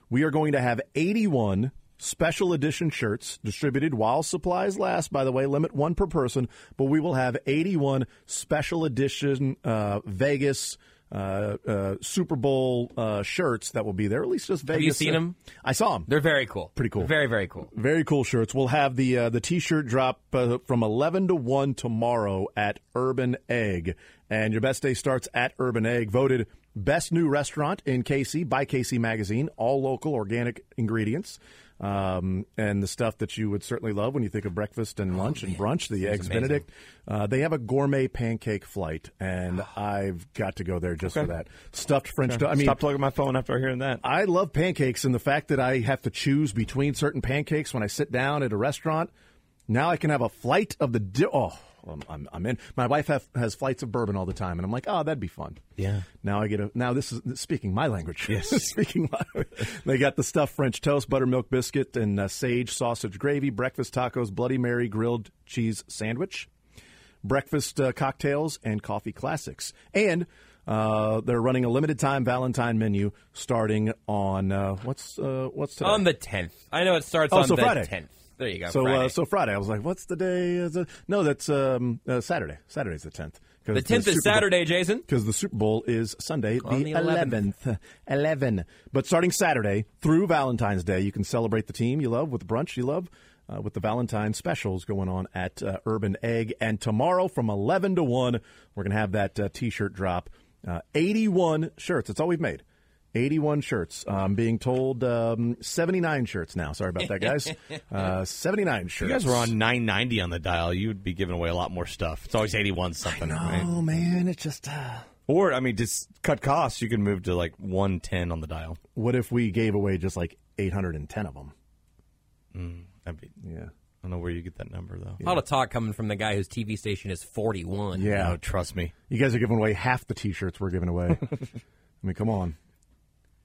Speaker 2: we are going to have 81 special edition shirts distributed while supplies last. By the way, limit one per person, but we will have 81 special edition uh, Vegas uh, uh, Super Bowl uh, shirts that will be there. At least just Vegas. uh,
Speaker 4: you seen 'em?
Speaker 2: I saw them.
Speaker 4: They're very cool.
Speaker 2: Pretty cool.
Speaker 4: Very very cool.
Speaker 2: Very cool shirts. We'll have the uh, the t-shirt drop uh, from 11 to 1 tomorrow at Urban Egg. And your best day starts at Urban Egg, voted best new restaurant in KC by KC Magazine, all local organic ingredients. Um, and the stuff that you would certainly love when you think of breakfast and lunch and brunch, the Eggs
Speaker 4: amazing.
Speaker 2: Benedict. Uh, they have a gourmet pancake flight, and I've got to go there just for that. Stuffed French do- I mean,
Speaker 3: Stop plugging my phone after hearing that.
Speaker 2: I love pancakes, and the fact that I have to choose between certain pancakes when I sit down at a restaurant, now I can have a flight of the di- oh, I'm, I'm, I'm in. My wife have, has flights of bourbon all the time, and I'm like, oh, that'd be fun.
Speaker 3: Yeah.
Speaker 2: Now I get a now this is speaking my language. Yes, <laughs> speaking my. They got the stuffed French toast, buttermilk biscuit, and uh, sage sausage gravy, breakfast tacos, Bloody Mary grilled cheese sandwich breakfast uh, cocktails and coffee classics. And uh, they're running a limited time Valentine menu starting on uh, what's uh, what's today?
Speaker 4: On the tenth, I know it starts
Speaker 2: Oh,
Speaker 4: on
Speaker 2: so
Speaker 4: the
Speaker 2: Friday.
Speaker 4: tenth. There you go.
Speaker 2: so
Speaker 4: Friday.
Speaker 2: Uh, so Friday. I was like, what's the day? Is it? No, that's um, uh, Saturday. Saturday's the tenth.
Speaker 4: the tenth is Saturday, Jason.
Speaker 2: Because the Super Bowl is Sunday, the,
Speaker 4: On the 11th.
Speaker 2: 11th. 11. But starting Saturday through Valentine's Day, you can celebrate the team you love with brunch you love uh, with the Valentine specials going on at uh, Urban Egg. And tomorrow from 11 to 1, we're going to have that uh, t shirt drop. Uh, 81 shirts. That's all we've made. 81 shirts. I'm being told um, 79 shirts now. Sorry about that, guys. Uh, 79 shirts.
Speaker 3: You guys were on 990 on the dial. You'd be giving away a lot more stuff. It's always 81 something. right?
Speaker 2: Oh, man. It's just. Uh,
Speaker 3: Or I mean, just cut costs. You can move to like one ten on the dial.
Speaker 2: What if we gave away just like 810 of them?
Speaker 3: That'd be, I
Speaker 2: Yeah.
Speaker 3: don't know where you get that number though.
Speaker 4: A lot of talk coming from the guy whose TV station is 41.
Speaker 2: Yeah.
Speaker 3: Oh, trust me.
Speaker 2: You guys are giving away half the T-shirts we're giving
Speaker 4: <laughs>
Speaker 2: away. I mean, come on.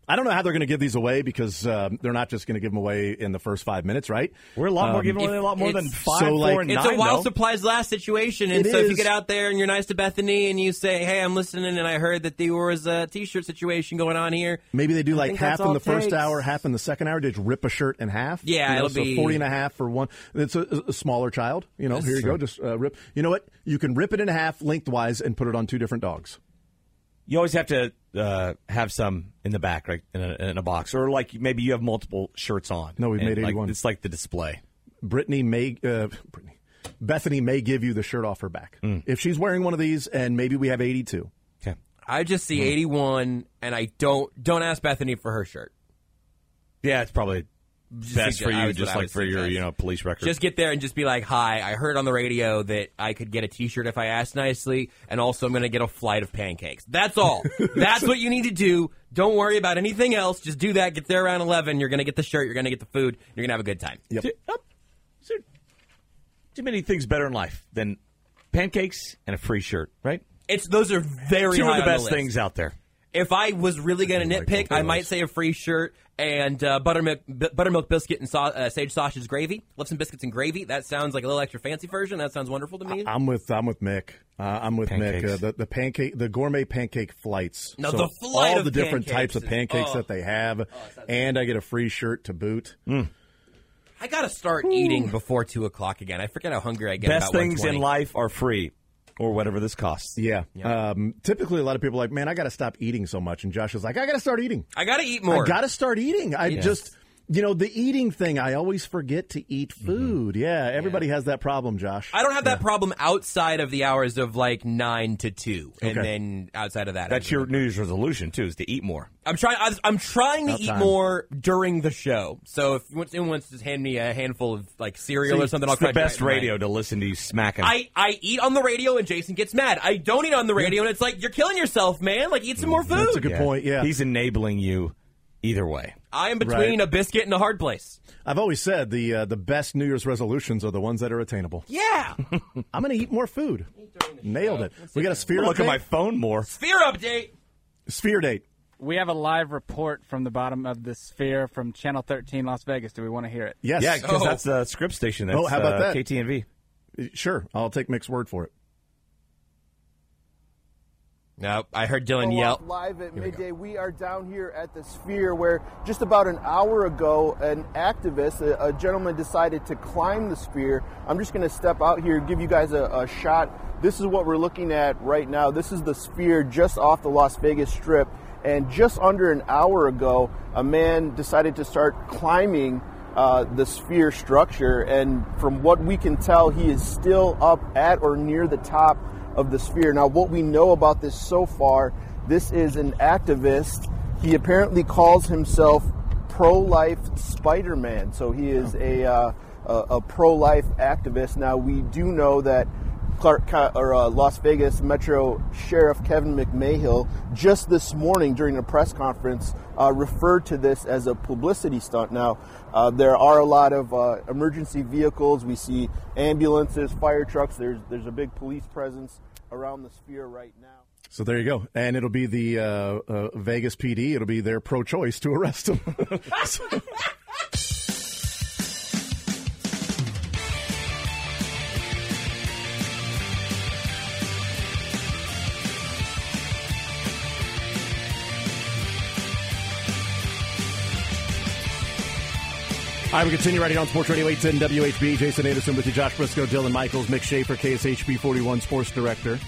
Speaker 2: I don't know how they're going to give these away because um, they're not just going to give them away in the first five minutes, right?
Speaker 3: We're a lot more
Speaker 2: Um,
Speaker 3: giving away a lot more
Speaker 4: it's-
Speaker 3: than five,
Speaker 2: so, like-
Speaker 3: four, and
Speaker 4: It's
Speaker 3: nine.
Speaker 4: a wild
Speaker 3: though.
Speaker 4: supplies last situation, and
Speaker 2: It
Speaker 4: so if you
Speaker 2: is.
Speaker 4: get out there and you're nice to Bethany and you say, "Hey, I'm listening, and I heard that there was a t-shirt situation going on here."
Speaker 2: Maybe they do like
Speaker 4: think
Speaker 2: half
Speaker 4: that's
Speaker 2: in
Speaker 4: all
Speaker 2: the
Speaker 4: it
Speaker 2: first
Speaker 4: takes.
Speaker 2: hour, half in the second hour. Just rip a shirt in half.
Speaker 4: Yeah,
Speaker 2: you know,
Speaker 4: it'll
Speaker 2: so
Speaker 4: be-
Speaker 2: 40 and a half for one. It's a, a smaller child. You know, here you go. Just uh, rip. You know what? You can rip it in half lengthwise and put it on two different dogs.
Speaker 3: you always have to uh, have some in the back, right, in a, in a box, or like maybe you have multiple shirts on.
Speaker 2: No, we've
Speaker 3: And,
Speaker 2: made
Speaker 3: like,
Speaker 2: 81.
Speaker 3: It's like the display.
Speaker 2: Brittany may uh, Brittany, Bethany may give you the shirt off her back
Speaker 4: Hmm.
Speaker 2: if she's wearing one of these, and maybe we have 82.
Speaker 3: Okay.
Speaker 4: I just
Speaker 3: Hmm.
Speaker 4: see 81, and I don't don't ask Bethany for her shirt.
Speaker 3: Yeah, it's probably best
Speaker 4: suggest-
Speaker 3: for
Speaker 4: I
Speaker 3: you,
Speaker 4: was-
Speaker 3: just
Speaker 4: I
Speaker 3: like
Speaker 4: would
Speaker 3: for your
Speaker 4: suggest.
Speaker 3: you know police record.
Speaker 4: Just get there and just be like, "Hi, I heard on the radio that I could get a T-shirt if I asked nicely, and also I'm going to get a flight of pancakes." That's
Speaker 3: <laughs>
Speaker 4: all. That's what you need to do. Don't worry about anything else. Just do that. Get there around 11. You're going to get the shirt. You're going to get the food. You're going to have a good time.
Speaker 3: Yep. Is there Oh, too many things better in life than pancakes and a free shirt, right?
Speaker 4: It's those are very
Speaker 3: Two
Speaker 4: high
Speaker 3: of the
Speaker 4: on
Speaker 3: best
Speaker 4: list.
Speaker 3: things out there.
Speaker 4: If I was really going to nitpick, I might say a free shirt and uh, buttermilk b- buttermilk biscuit and sau- uh, sage sausage gravy. Love some biscuits and gravy. That sounds like a little extra fancy version. That sounds wonderful to
Speaker 3: Uh,
Speaker 4: me.
Speaker 2: I'm with I'm with Mick. Uh, I'm with Mick.
Speaker 3: Pancakes.
Speaker 2: Uh, the, the pancake, the gourmet pancake flights.
Speaker 4: Now, the flight
Speaker 2: all
Speaker 4: of
Speaker 2: the different
Speaker 4: pancakes
Speaker 2: types of
Speaker 4: is-
Speaker 2: pancakes
Speaker 4: oh.
Speaker 2: that they have, and I get a free shirt to boot.
Speaker 3: Mm.
Speaker 4: I gotta start eating before two o'clock again. I forget how hungry I get.
Speaker 3: Best
Speaker 4: about
Speaker 3: things in
Speaker 4: 1:20.
Speaker 3: life are free, or whatever this costs.
Speaker 2: Yeah. Um, typically, a lot of people are like, man, I got to stop eating so much, and Josh is like, I got to start eating.
Speaker 4: I gotta eat more.
Speaker 2: I got to start eating. I just, you know, the eating thing. I always forget to eat food. Yeah, everybody has that problem, Josh.
Speaker 4: Mm-hmm. I don't have that problem outside of the hours of like nine to two, and
Speaker 2: Okay.
Speaker 4: then outside of that,
Speaker 3: That's your New Year's resolution too, is to eat more.
Speaker 4: I'm trying. I was- I'm trying to
Speaker 2: About
Speaker 4: eat
Speaker 2: time.
Speaker 4: more during the show. So if you want- anyone wants to hand me a handful of like cereal or something, I'll
Speaker 3: it's the
Speaker 4: crack it
Speaker 3: best
Speaker 4: right in
Speaker 3: radio to listen to you smacking.
Speaker 4: I, I eat on the radio and Jason gets mad. I don't eat on the radio and it's like you're killing yourself, man. Like eat some more food.
Speaker 2: Mm, That's a good point. Yeah,
Speaker 3: He's enabling you either way.
Speaker 4: I am between
Speaker 2: Right.
Speaker 4: a biscuit and a hard place.
Speaker 2: I've always said the uh, the best New Year's resolutions are the ones that are attainable.
Speaker 4: Yeah.
Speaker 2: I'm going to eat more food. Nailed it. We got a sphere.
Speaker 3: Look at
Speaker 2: update?
Speaker 3: my phone more.
Speaker 4: <laughs> Fear update.
Speaker 2: sphere date.
Speaker 5: We have a live report from the bottom of the sphere from Channel 13 Las Vegas. Do we want to hear it?
Speaker 2: Yes.
Speaker 3: Yeah, because
Speaker 4: Oh.
Speaker 3: that's the script station. That's,
Speaker 2: Oh, how about
Speaker 3: uh,
Speaker 2: that?
Speaker 3: KTNV.
Speaker 2: Sure. I'll take Mick's word for it.
Speaker 4: No, I heard Dylan
Speaker 6: Go
Speaker 4: yell.
Speaker 6: off Live at midday, we are down here at the Sphere, where just about an hour ago, an activist, a, a gentleman, decided to climb the Sphere. I'm just going to step out here, give you guys a, a shot. This is what we're looking at right now. This is the Sphere just off the Las Vegas Strip, and just under an hour ago, a man decided to start climbing. Uh, the sphere structure, and from what we can tell, he is still up at or near the top of the sphere. Now, what we know about this so far, this is an activist. He apparently calls himself pro-life Spider-Man. So he is a uh, a, a pro-life activist. Now we do know that Clark Co- or uh, Las Vegas Metro Sheriff Kevin McMahill just this morning during a press conference uh, referred to this as a publicity stunt. Now uh, there are a lot of uh, emergency vehicles. We see ambulances, fire trucks. There's there's a big police presence around the sphere right now.
Speaker 2: So there you go. And it'll be the uh, uh, Vegas PD. It'll be their pro choice to arrest him. <laughs> All right, we continue right here on Sports Radio 810 WHB. Jason Anderson with you, Josh Briscoe, Dylan Michaels, Mick Schaefer, KSHB 41 Sports Director.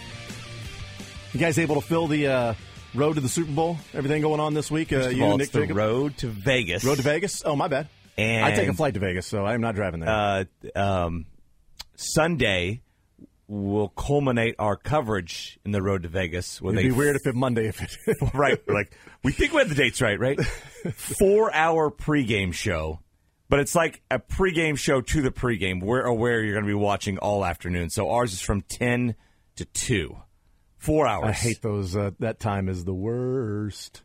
Speaker 2: You guys able to fill the uh, road to the Super Bowl? Everything going on this week? Uh,
Speaker 3: First of
Speaker 2: you,
Speaker 3: all,
Speaker 2: Nick
Speaker 3: it's the
Speaker 2: Jacob?
Speaker 3: road to Vegas.
Speaker 2: Road to Vegas? Oh, my bad.
Speaker 3: And-
Speaker 2: I take a flight to Vegas, so I'm not driving there.
Speaker 3: uh, um, Sunday will culminate our coverage in the road to Vegas. Where
Speaker 2: It'd
Speaker 3: they
Speaker 2: be weird if it Monday if it.
Speaker 3: <laughs> right? we're Like we think we have the dates right, right? Four hour pregame show, but it's like a pregame show to the pregame. We're aware you're going to be watching all afternoon. So ours is from ten to two. Four
Speaker 2: <laughs>
Speaker 3: hours.
Speaker 2: I hate those. Uh, that time is the worst.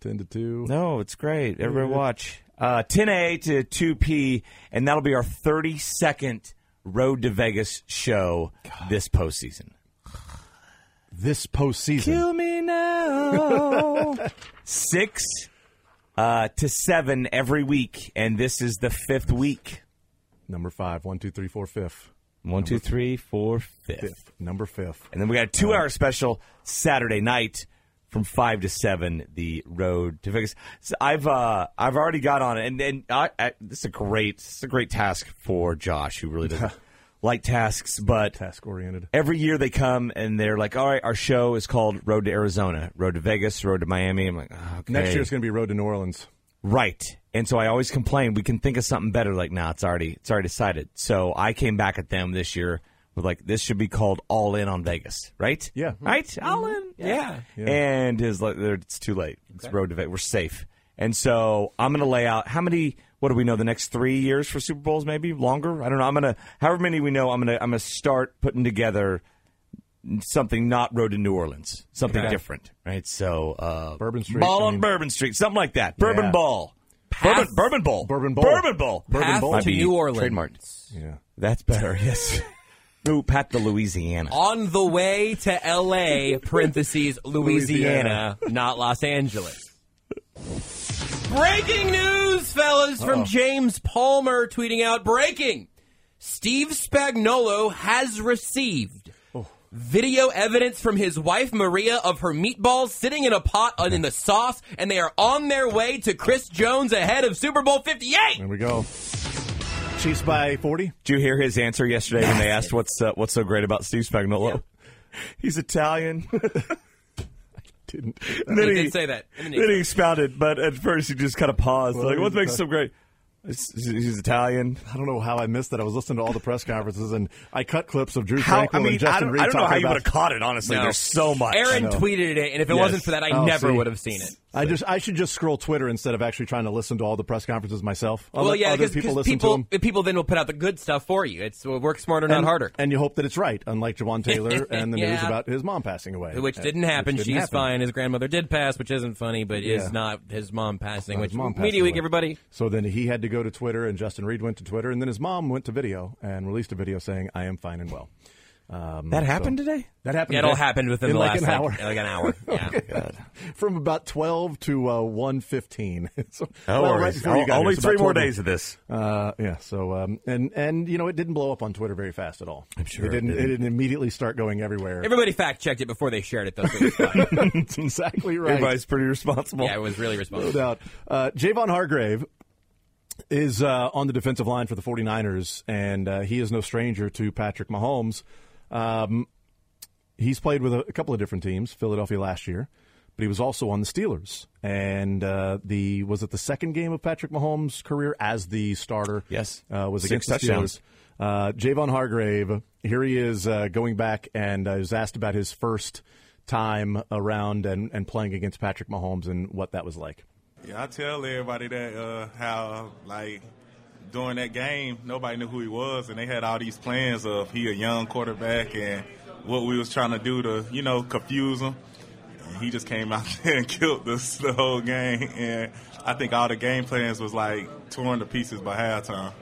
Speaker 2: Ten to two.
Speaker 3: No, it's great. Everybody watch. Uh, 10 a to 2 p, and that'll be our 32nd Road to Vegas show this postseason.
Speaker 2: This postseason.
Speaker 3: Kill me now. <laughs> Six uh, to seven every week, and this is the fifth week.
Speaker 2: Number five. One, two, three, four, fifth.
Speaker 3: One, two, three, four, fifth.
Speaker 2: Fifth. Number fifth.
Speaker 3: And then we got a two hour special Saturday night from five to seven, the road to Vegas. So I've uh, I've already got on it, and and I, I, this is a great this is a great task for Josh, who
Speaker 2: <laughs>
Speaker 3: really doesn't like tasks, but
Speaker 2: Task oriented.
Speaker 3: every year they come and they're like, all right, our show is called Road to Arizona, Road to Vegas, Road to Miami. I'm like, oh, okay.
Speaker 2: Next year's going to be Road to New Orleans.
Speaker 3: Right. And so I always complain. We can think of something better. Like, nah, it's already it's already decided. So I came back at them this year with like, this should be called All In on Vegas, right? Mm-hmm.
Speaker 2: Yeah.
Speaker 3: right. All in, yeah. And is like, they're- it's too late. It's road to Vegas. We're safe. And so I'm going to lay out how many. What do we know? The next three years for Super Bowls, maybe longer. I don't know. I'm gonna however many we know. I'm gonna I'm gonna start putting together something not road to New Orleans, something different, right? So uh,
Speaker 2: Bourbon Street,
Speaker 3: Ball
Speaker 2: I
Speaker 3: on
Speaker 2: mean-
Speaker 3: Bourbon Street, something like that. Bourbon
Speaker 2: Yeah.
Speaker 3: Ball. Bourbon, bourbon Bowl.
Speaker 2: Bourbon Bowl.
Speaker 3: Bourbon Bowl.
Speaker 2: Bourbon
Speaker 4: Path
Speaker 2: Bowl.
Speaker 4: to New Orleans.
Speaker 3: Trademarked.
Speaker 2: Yeah.
Speaker 3: That's better, <laughs> yes. Ooh, Pat the Louisiana.
Speaker 4: On the way to <laughs> L.A. parentheses Louisiana, not Los Angeles. Breaking news, fellas, from James Palmer tweeting out breaking. Steve Spagnolo has received video evidence from his wife Maria of her meatballs sitting in a pot and in the sauce, and they are on their way to Chris Jones ahead of Super Bowl 58.
Speaker 2: There we go. Chiefs by 40.
Speaker 3: Did you hear his answer yesterday when they asked what's uh, what's so great about Steve Spagnuolo? He's Italian.
Speaker 2: Didn't.
Speaker 3: And then
Speaker 4: He did say that. And then he-
Speaker 3: Then he expounded, but at first he just kind of paused. like, what makes him great? It's- He's Italian.
Speaker 2: I don't know how I missed that. I was listening to all the press conferences and I cut clips of Drew
Speaker 3: How?
Speaker 2: Frankel
Speaker 3: I
Speaker 2: and
Speaker 3: mean, I
Speaker 2: Justin
Speaker 3: don't,
Speaker 2: Reed
Speaker 3: I don't know
Speaker 2: talking
Speaker 3: how you
Speaker 2: about-
Speaker 3: would have caught it. Honestly,
Speaker 4: No.
Speaker 3: there's so much.
Speaker 4: Aaron
Speaker 2: I know.
Speaker 4: tweeted it, and if it
Speaker 3: Yes.
Speaker 4: wasn't for that, I
Speaker 2: Oh,
Speaker 4: never
Speaker 2: see.
Speaker 4: would have seen it.
Speaker 2: I just I should just scroll Twitter instead of actually trying to listen to all the press conferences myself. I'll
Speaker 4: Well,
Speaker 2: let
Speaker 4: yeah,
Speaker 2: other
Speaker 4: because
Speaker 2: people
Speaker 4: people
Speaker 2: listen to
Speaker 4: people,
Speaker 2: them.
Speaker 4: then will put out the good stuff for you. It's uh, work smarter, not
Speaker 2: and,
Speaker 4: harder,
Speaker 2: And you hope that it's right, unlike Jawan Taylor and the news
Speaker 4: Yeah.
Speaker 2: about his mom passing away,
Speaker 4: which
Speaker 2: Uh,
Speaker 4: didn't happen.
Speaker 2: which
Speaker 4: She's
Speaker 2: didn't happen.
Speaker 4: fine. His grandmother did pass, which isn't funny, but
Speaker 2: Yeah.
Speaker 4: is not his mom passing.
Speaker 2: Not
Speaker 4: which
Speaker 2: his mom
Speaker 4: media
Speaker 2: passing
Speaker 4: week,
Speaker 2: away.
Speaker 4: everybody.
Speaker 2: So then he had to go to Twitter, and Justin Reed went to Twitter, and then his mom went to video and released a video saying, "I am fine and well." Um,
Speaker 3: that happened today.
Speaker 2: That happened.
Speaker 4: It all
Speaker 2: today.
Speaker 4: happened within
Speaker 2: In
Speaker 4: the
Speaker 2: like
Speaker 4: last
Speaker 2: an hour. <laughs>
Speaker 4: like, like an hour. Yeah.
Speaker 2: from about twelve to uh, one fifteen. <laughs> so,
Speaker 3: No
Speaker 2: well, right
Speaker 3: worries.
Speaker 2: before you got
Speaker 3: Only
Speaker 2: here, so
Speaker 3: three
Speaker 2: about
Speaker 3: more
Speaker 2: 12.
Speaker 3: days of this.
Speaker 2: Uh, yeah. So um, and and you know it didn't blow up on Twitter very fast at all. I'm
Speaker 3: sure
Speaker 2: it
Speaker 3: it
Speaker 2: didn't.
Speaker 3: didn't.
Speaker 2: didn't immediately start going everywhere.
Speaker 4: everybody fact checked it before they shared it, though. So it
Speaker 2: <laughs>
Speaker 4: was fine.
Speaker 2: That's <laughs>
Speaker 4: <laughs>
Speaker 2: exactly right.
Speaker 3: Everybody's pretty responsible.
Speaker 4: yeah, it was really
Speaker 2: No
Speaker 4: responsible.
Speaker 2: doubt. Uh, Javon Hargrave is uh, on the defensive line for the 49ers, and uh, he is no stranger to Patrick Mahomes. Um, he's played with a, a couple of different teams, Philadelphia last year, but he was also on the Steelers. And uh, the was it the second game of Patrick Mahomes' career as the starter?
Speaker 3: Yes.
Speaker 2: uh, was
Speaker 3: Six
Speaker 2: against
Speaker 3: touchdowns.
Speaker 2: the Steelers. Uh, Javon Hargrave, here he is uh, going back, and uh, he was asked about his first time around and, and playing against Patrick Mahomes and what that was like.
Speaker 7: Yeah, I tell everybody that uh, how like during that game, nobody knew who he was, and they had all these plans of he a young quarterback and what we was trying to do to you know confuse him. And he just came out <laughs> there and killed us the whole game, and I think all the game plans was like torn to pieces by halftime.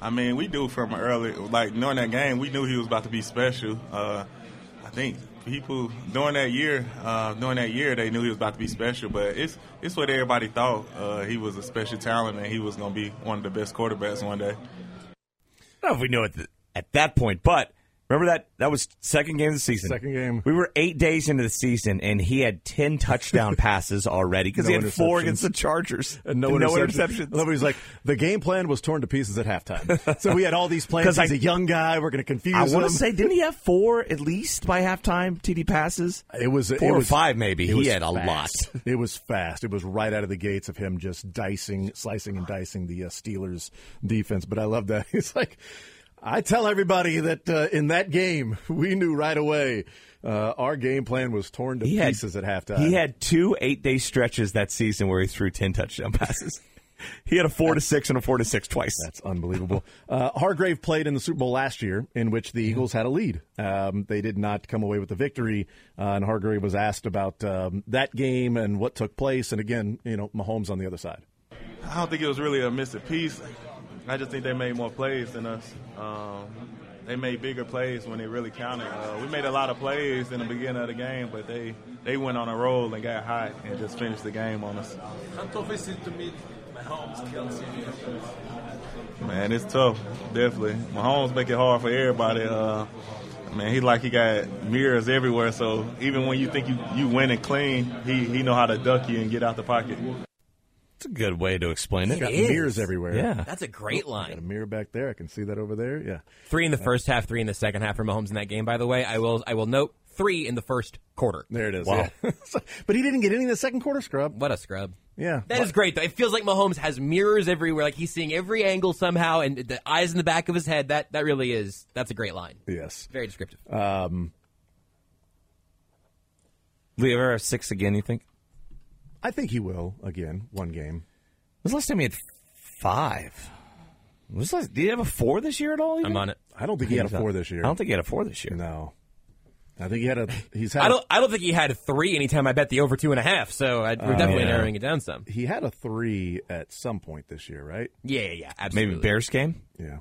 Speaker 7: I mean, we knew from early, like during that game, we knew he was about to be special. Uh, I think people during that year, uh, during that year, they knew he was about to be special. But it's it's what everybody thought. Uh, he was a special talent, and he was going to be one of the best quarterbacks one day.
Speaker 3: I don't know if we knew it th- at that point, but remember that that was second game of the season.
Speaker 2: Second game.
Speaker 3: We were eight days into the season, and he had ten <laughs> touchdown passes already because
Speaker 2: No
Speaker 3: he had four
Speaker 2: interceptions.
Speaker 3: against the Chargers
Speaker 2: and no, interceptions. Nobody's like the game plan was torn to pieces at halftime. So we had all these plans.
Speaker 3: 'Cause I-
Speaker 2: He's a young guy. We're going to confuse
Speaker 3: I
Speaker 2: him.
Speaker 3: want to say, didn't he have four at least by halftime TD passes?
Speaker 2: it was it
Speaker 3: four or
Speaker 2: was-
Speaker 3: five, maybe.
Speaker 2: it
Speaker 3: He
Speaker 2: was
Speaker 3: had a lot.
Speaker 2: fast. It was fast. It was right out of the gates of him just dicing, slicing, and dicing the uh, Steelers defense. But I love that. <laughs> He's like. I tell everybody that uh, in that game, we knew right away uh, our game plan was torn to
Speaker 3: He had
Speaker 2: pieces at halftime.
Speaker 3: He had two eight day stretches that season where he threw ten touchdown passes. He had a four to six and a four to six twice.
Speaker 2: That's unbelievable. <laughs> Uh, Hargrave played in the Super Bowl last year, in which the Eagles had a lead. Um, they did not come away with the victory, uh, and Hargrave was asked about um, that game and what took place. And again, you know, Mahomes on the other side.
Speaker 7: I don't think it was really a missed piece. I just think they made more plays than us. Um, they made bigger plays when it really counted. Uh, we made a lot of plays in the beginning of the game, but they, they went on a roll and got hot and just finished the game on us.
Speaker 8: How tough is it to meet Mahomes, Kelsey?
Speaker 7: Man, it's tough, definitely. Mahomes make it hard for everybody. Uh, man, he like he got mirrors everywhere. So even when you think you you winning clean, he he know how to duck you and get out the pocket.
Speaker 3: That's a good way to explain it.
Speaker 2: Got
Speaker 4: is.
Speaker 2: mirrors everywhere.
Speaker 3: Yeah.
Speaker 4: That's a great
Speaker 2: Got a
Speaker 4: line.
Speaker 2: mirror back there. I can see that over there. Yeah.
Speaker 4: Three in the first half, three in the second half for Mahomes in that game. By the way, I will I will note three in the first quarter.
Speaker 2: There it is.
Speaker 3: Wow.
Speaker 2: Yeah. <laughs> So- but he didn't get any in the second quarter scrub.
Speaker 4: What a scrub.
Speaker 2: Yeah.
Speaker 4: That is great though. It feels like Mahomes has mirrors everywhere. Like he's seeing every angle somehow, and the eyes in the back of his head. That that really is. That's a great line.
Speaker 2: Yes.
Speaker 4: Very descriptive.
Speaker 3: Lee ever have six again? You think?
Speaker 2: I think he will again. One game.
Speaker 3: When's the last time he had five? Was the last, did he have a four this year at all? even?
Speaker 4: I'm on it.
Speaker 2: I don't think he had a four this year.
Speaker 3: I don't think he had a four this year.
Speaker 2: No. I think he had a. He's had.
Speaker 4: I
Speaker 2: a-
Speaker 4: don't. I don't think he had three anytime. I bet the over two and a half. So I, we're definitely
Speaker 3: yeah.
Speaker 4: narrowing it down some.
Speaker 2: he had a three at some point this year, right?
Speaker 4: Yeah, yeah, yeah absolutely.
Speaker 3: Maybe Bears game
Speaker 2: Yeah.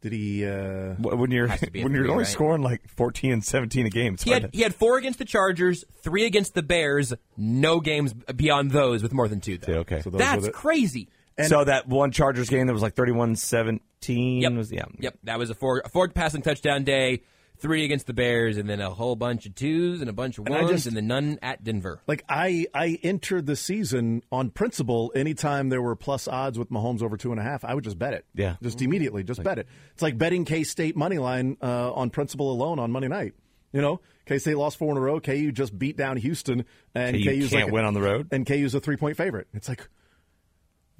Speaker 2: Did he? Uh,
Speaker 3: Wh- when you're
Speaker 4: Has to be
Speaker 3: <laughs>
Speaker 4: a
Speaker 3: when you're
Speaker 4: three,
Speaker 3: only
Speaker 4: right?
Speaker 3: scoring like 14 and 17 a game. It's
Speaker 4: He
Speaker 3: hard
Speaker 4: had
Speaker 3: to-
Speaker 4: he had four against the Chargers, three against the Bears. No games beyond those with more than two. Though.
Speaker 3: Yeah, okay. So
Speaker 2: those were
Speaker 4: that's
Speaker 2: the-
Speaker 4: crazy.
Speaker 3: so that one Chargers game that was like 31 17
Speaker 4: Yep.
Speaker 3: was yeah.
Speaker 4: Yep, that was a four a four passing touchdown day, three against the Bears, and then a whole bunch of twos and a bunch of
Speaker 2: I
Speaker 4: ones, and,
Speaker 2: just-
Speaker 4: then none at Denver.
Speaker 2: like I, I entered the season on principle. Anytime there were plus odds with Mahomes over two and a half, I would just bet it.
Speaker 3: Yeah.
Speaker 2: just immediately, just bet it. It's like betting K State money line uh, on principle alone on Monday night. You know, K State lost four in a row. KU just beat down Houston, and
Speaker 3: KU
Speaker 2: KU's
Speaker 3: can't
Speaker 2: like
Speaker 3: win on the road?
Speaker 2: and KU's a three point favorite. It's like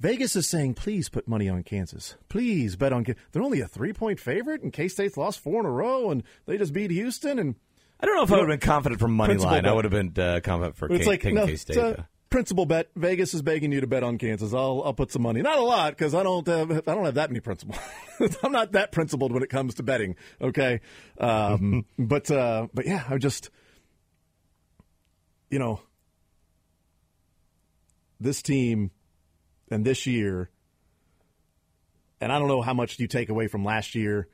Speaker 2: Vegas is saying, please put money on Kansas. Please bet on. Ka-" They're only a three point favorite, and K State's lost four in a row, and they just beat Houston. And
Speaker 3: I don't know if I would have been confident from money
Speaker 2: Principal
Speaker 3: line. I
Speaker 2: bet.
Speaker 3: would have been uh, confident for
Speaker 2: It's
Speaker 3: K-
Speaker 2: like
Speaker 3: taking
Speaker 2: no,
Speaker 3: K-State.
Speaker 2: it's
Speaker 3: though.
Speaker 2: a principal bet. Vegas is begging you to bet on Kansas. I'll I'll put some money, not a lot, because I don't have, I don't have that many principles. <laughs> I'm not that principled when it comes to betting. Okay,
Speaker 3: <laughs>
Speaker 2: um, but uh, but yeah, I just you know this team and this year, and I don't know how much you take away from last year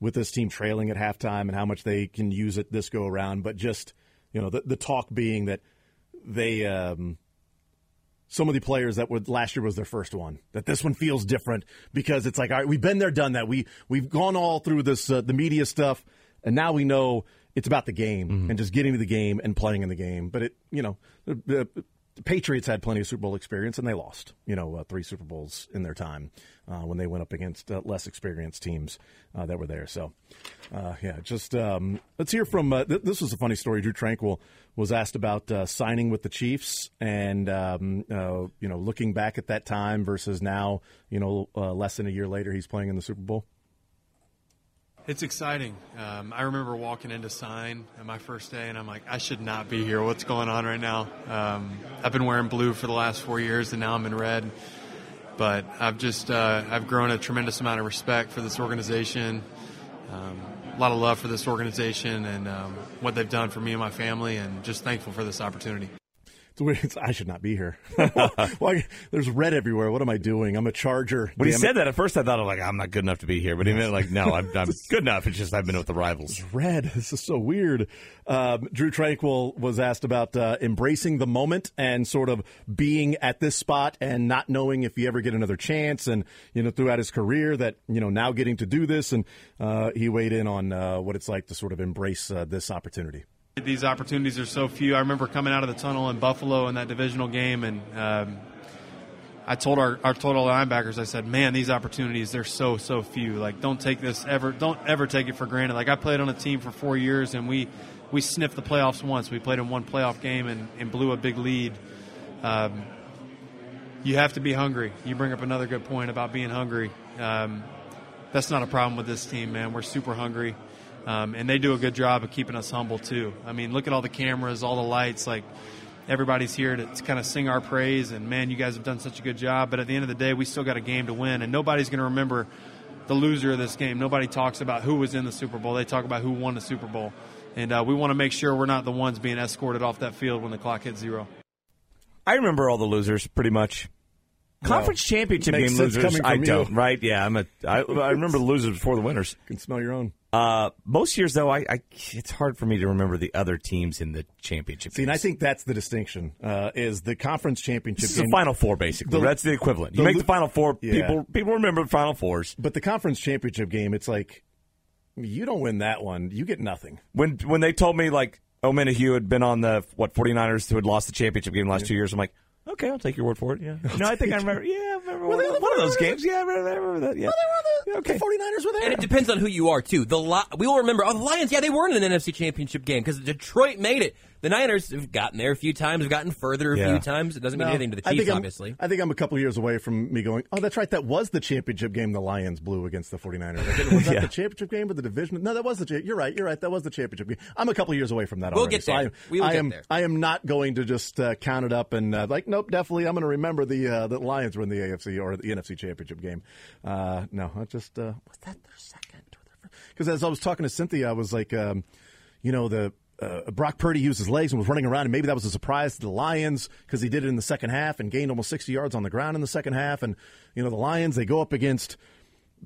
Speaker 2: with this team trailing at halftime and how much they can use it this go around, but just you know the the talk being that they um, some of the players that were last year was their first one that this one feels different because it's like all right we've been there done that we we've gone all through this uh, the media stuff and now we know it's about the game and just getting to the game and playing in the game but it you know the, the the Patriots had plenty of Super Bowl experience and they lost you know uh, three Super Bowls in their time uh, when they went up against uh, less experienced teams uh, that were there so uh, yeah, just um, let's hear from. Uh, th- this was a funny story. Drew Tranquil was asked about uh, signing with the Chiefs, and um, uh, you know, looking back at that time versus now, you know, uh, less than a year later, he's playing in the Super Bowl.
Speaker 8: It's exciting. Um, I remember walking into sign on my first day, and I'm like, I should not be here. What's going on right now? Um, I've been wearing blue for the last four years, and now I'm in red. But I've just uh, I've grown a tremendous amount of respect for this organization. Um, a lot of love for this organization and um, what they've done for me and my family, and just thankful for this opportunity.
Speaker 2: It's weird. <laughs> It's, I should not be here. Why there's red everywhere. What am I doing? I'm a Charger.
Speaker 3: When he
Speaker 2: damn it.
Speaker 3: said that at first, I thought I'm like I'm not good enough to be here. But he meant like no, I'm, <laughs> I'm good enough. It's just I've been with the rivals.
Speaker 2: red. <laughs> This is so weird. Um, Drew Tranquil was asked about uh, embracing the moment and sort of being at this spot and not knowing if you ever get another chance. And, you know, throughout his career that, you know, now getting to do this. And uh, he weighed in on uh, what it's like to sort of embrace uh, this opportunity.
Speaker 8: These opportunities are so few. I remember coming out of the tunnel in Buffalo in that divisional game, and um, I told our I told all the linebackers, I said, "Man, these opportunities they're so so few. Like, don't take this ever. Don't ever take it for granted. Like, I played on a team for four years, and we we sniffed the playoffs once. We played in one playoff game and, and blew a big lead. Um, you have to be hungry. You bring up another good point about being hungry. Um, that's not a problem with this team, man. We're super hungry, um, and they do a good job of keeping us humble too. I mean, look at all the cameras, all the lights. Like, everybody's here to, to kind of sing our praise. And man, you guys have done such a good job. But at the end of the day, we still got a game to win, and nobody's going to remember the loser of this game. Nobody talks about who was in the Super Bowl. They talk about who won the Super Bowl. And uh, we want to make sure we're not the ones being escorted off that field when the clock hits zero.
Speaker 3: I remember all the losers pretty much. Conference championship
Speaker 2: makes
Speaker 3: game
Speaker 2: sense
Speaker 3: losers,
Speaker 2: coming
Speaker 3: I
Speaker 2: from you.
Speaker 3: don't. Right? Yeah, I'm a. I, I remember the losers before the winners.
Speaker 2: You can smell your own.
Speaker 3: Uh, most years though, I, I it's hard for me to remember the other teams in the championship.
Speaker 2: See, and I
Speaker 3: games.
Speaker 2: think that's the distinction uh, is the conference championship
Speaker 3: this is the
Speaker 2: game-
Speaker 3: final four basically.
Speaker 2: The-
Speaker 3: That's the equivalent. You
Speaker 2: the
Speaker 3: make
Speaker 2: lo-
Speaker 3: the final four,
Speaker 2: Yeah.
Speaker 3: people people remember the final fours.
Speaker 2: But the conference championship game, it's like you don't win that one, you get nothing.
Speaker 3: When when they told me like Omenahue had been on the what 49ers who had lost the championship game the last two years, I'm like, okay, I'll take your word for it. Yeah. No, I think I remember. Yeah, I remember one,
Speaker 2: they
Speaker 3: of
Speaker 2: on the
Speaker 3: one of those
Speaker 2: 49ers?
Speaker 3: games. Yeah, I remember, I remember that. Yeah.
Speaker 2: The
Speaker 3: Yeah, okay.
Speaker 2: 49ers were there.
Speaker 4: And it depends on who you are too. The Li- we will remember. Oh, the Lions, yeah, they were in an NFC Championship game because Detroit made it. The Niners have gotten there a few times, have gotten further a
Speaker 3: Yeah.
Speaker 4: few times. It doesn't mean
Speaker 2: No,
Speaker 4: anything to the
Speaker 2: I
Speaker 4: Chiefs,
Speaker 2: think I'm-
Speaker 4: obviously.
Speaker 2: I think I'm a couple years away from me going, oh, that's right. That was the championship game the Lions blew against the 49ers. Like, was
Speaker 4: <laughs>
Speaker 2: that
Speaker 3: Yeah.
Speaker 2: the championship game or the division? No, that was the cha- You're right. You're right. That was the championship game. I'm a couple years away from that
Speaker 4: We'll
Speaker 2: already.
Speaker 4: get
Speaker 2: So I,
Speaker 4: there.
Speaker 2: am-
Speaker 4: We will
Speaker 2: I
Speaker 4: get
Speaker 2: am,
Speaker 4: there.
Speaker 2: I am not going to just uh, count it up and uh, like, nope, definitely I'm going to remember the uh, the Lions were in the AFC or the NFC championship game. Uh, no, I just, uh, was that their second? Because as I was talking to Cynthia, I was like, um, you know, the uh, Brock Purdy used his legs and was running around, and maybe that was a surprise to the Lions because he did it in the second half and gained almost 60 yards on the ground in the second half. And, you know, the Lions, they go up against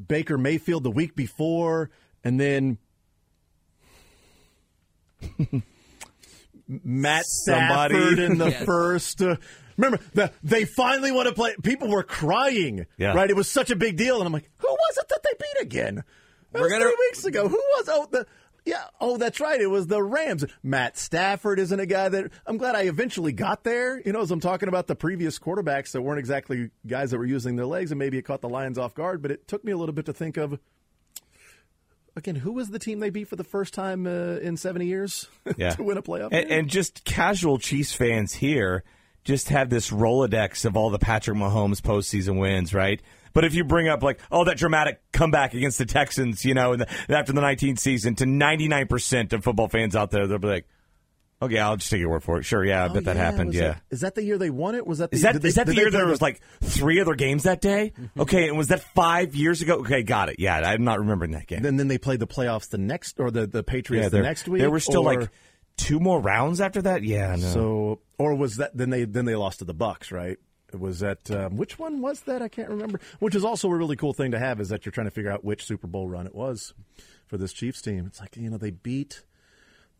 Speaker 2: Baker Mayfield the week before, and then. <laughs> Matt
Speaker 3: Somebody.
Speaker 2: Stafford in the
Speaker 4: Yes.
Speaker 2: first. Uh, remember, the, they finally want to play. People were crying,
Speaker 3: Yeah.
Speaker 2: right? It was such a big deal, and I'm like, who was it that they beat again? That
Speaker 4: We're
Speaker 2: was
Speaker 4: gonna-
Speaker 2: three weeks ago. Who was? Oh, the yeah. Oh, that's right. It was the Rams. Matt Stafford isn't a guy that I'm glad I eventually got there. You know, as I'm talking about the previous quarterbacks that weren't exactly guys that were using their legs, and maybe it caught the Lions off guard. But it took me a little bit to think of. Again, who was the team they beat for the first time uh, in 70 years <laughs> to win a playoff?
Speaker 3: And,
Speaker 2: game?
Speaker 3: and just casual Chiefs fans here just have this Rolodex of all the Patrick Mahomes postseason wins, right? But if you bring up like, oh, that dramatic comeback against the Texans, you know, in the, after the 19th season, to 99 percent of football fans out there, they'll be like, okay, I'll just take your word for it. Sure, yeah, I
Speaker 2: Oh,
Speaker 3: bet that
Speaker 2: yeah,
Speaker 3: happened.
Speaker 2: was
Speaker 3: Yeah.
Speaker 2: that- Is that the year they won it? Was that the,
Speaker 3: Is that
Speaker 2: did
Speaker 3: is
Speaker 2: they-
Speaker 3: that the
Speaker 2: did they
Speaker 3: year
Speaker 2: play
Speaker 3: there
Speaker 2: the- Mm-hmm.
Speaker 3: was like three other games that day? Okay, and was that five years ago? Okay, got it. Yeah, I'm not remembering that game.
Speaker 2: Then then they played the playoffs the next or the the Patriots
Speaker 3: yeah,
Speaker 2: the
Speaker 3: there-
Speaker 2: next week.
Speaker 3: There were still
Speaker 2: or-
Speaker 3: like two more rounds after that. Yeah, no.
Speaker 2: so or was that then they then they lost to the Bucks right? Was that um, which one was that? I can't remember. Which is also a really cool thing to have is that you're trying to figure out which Super Bowl run it was for this Chiefs team. It's like you know they beat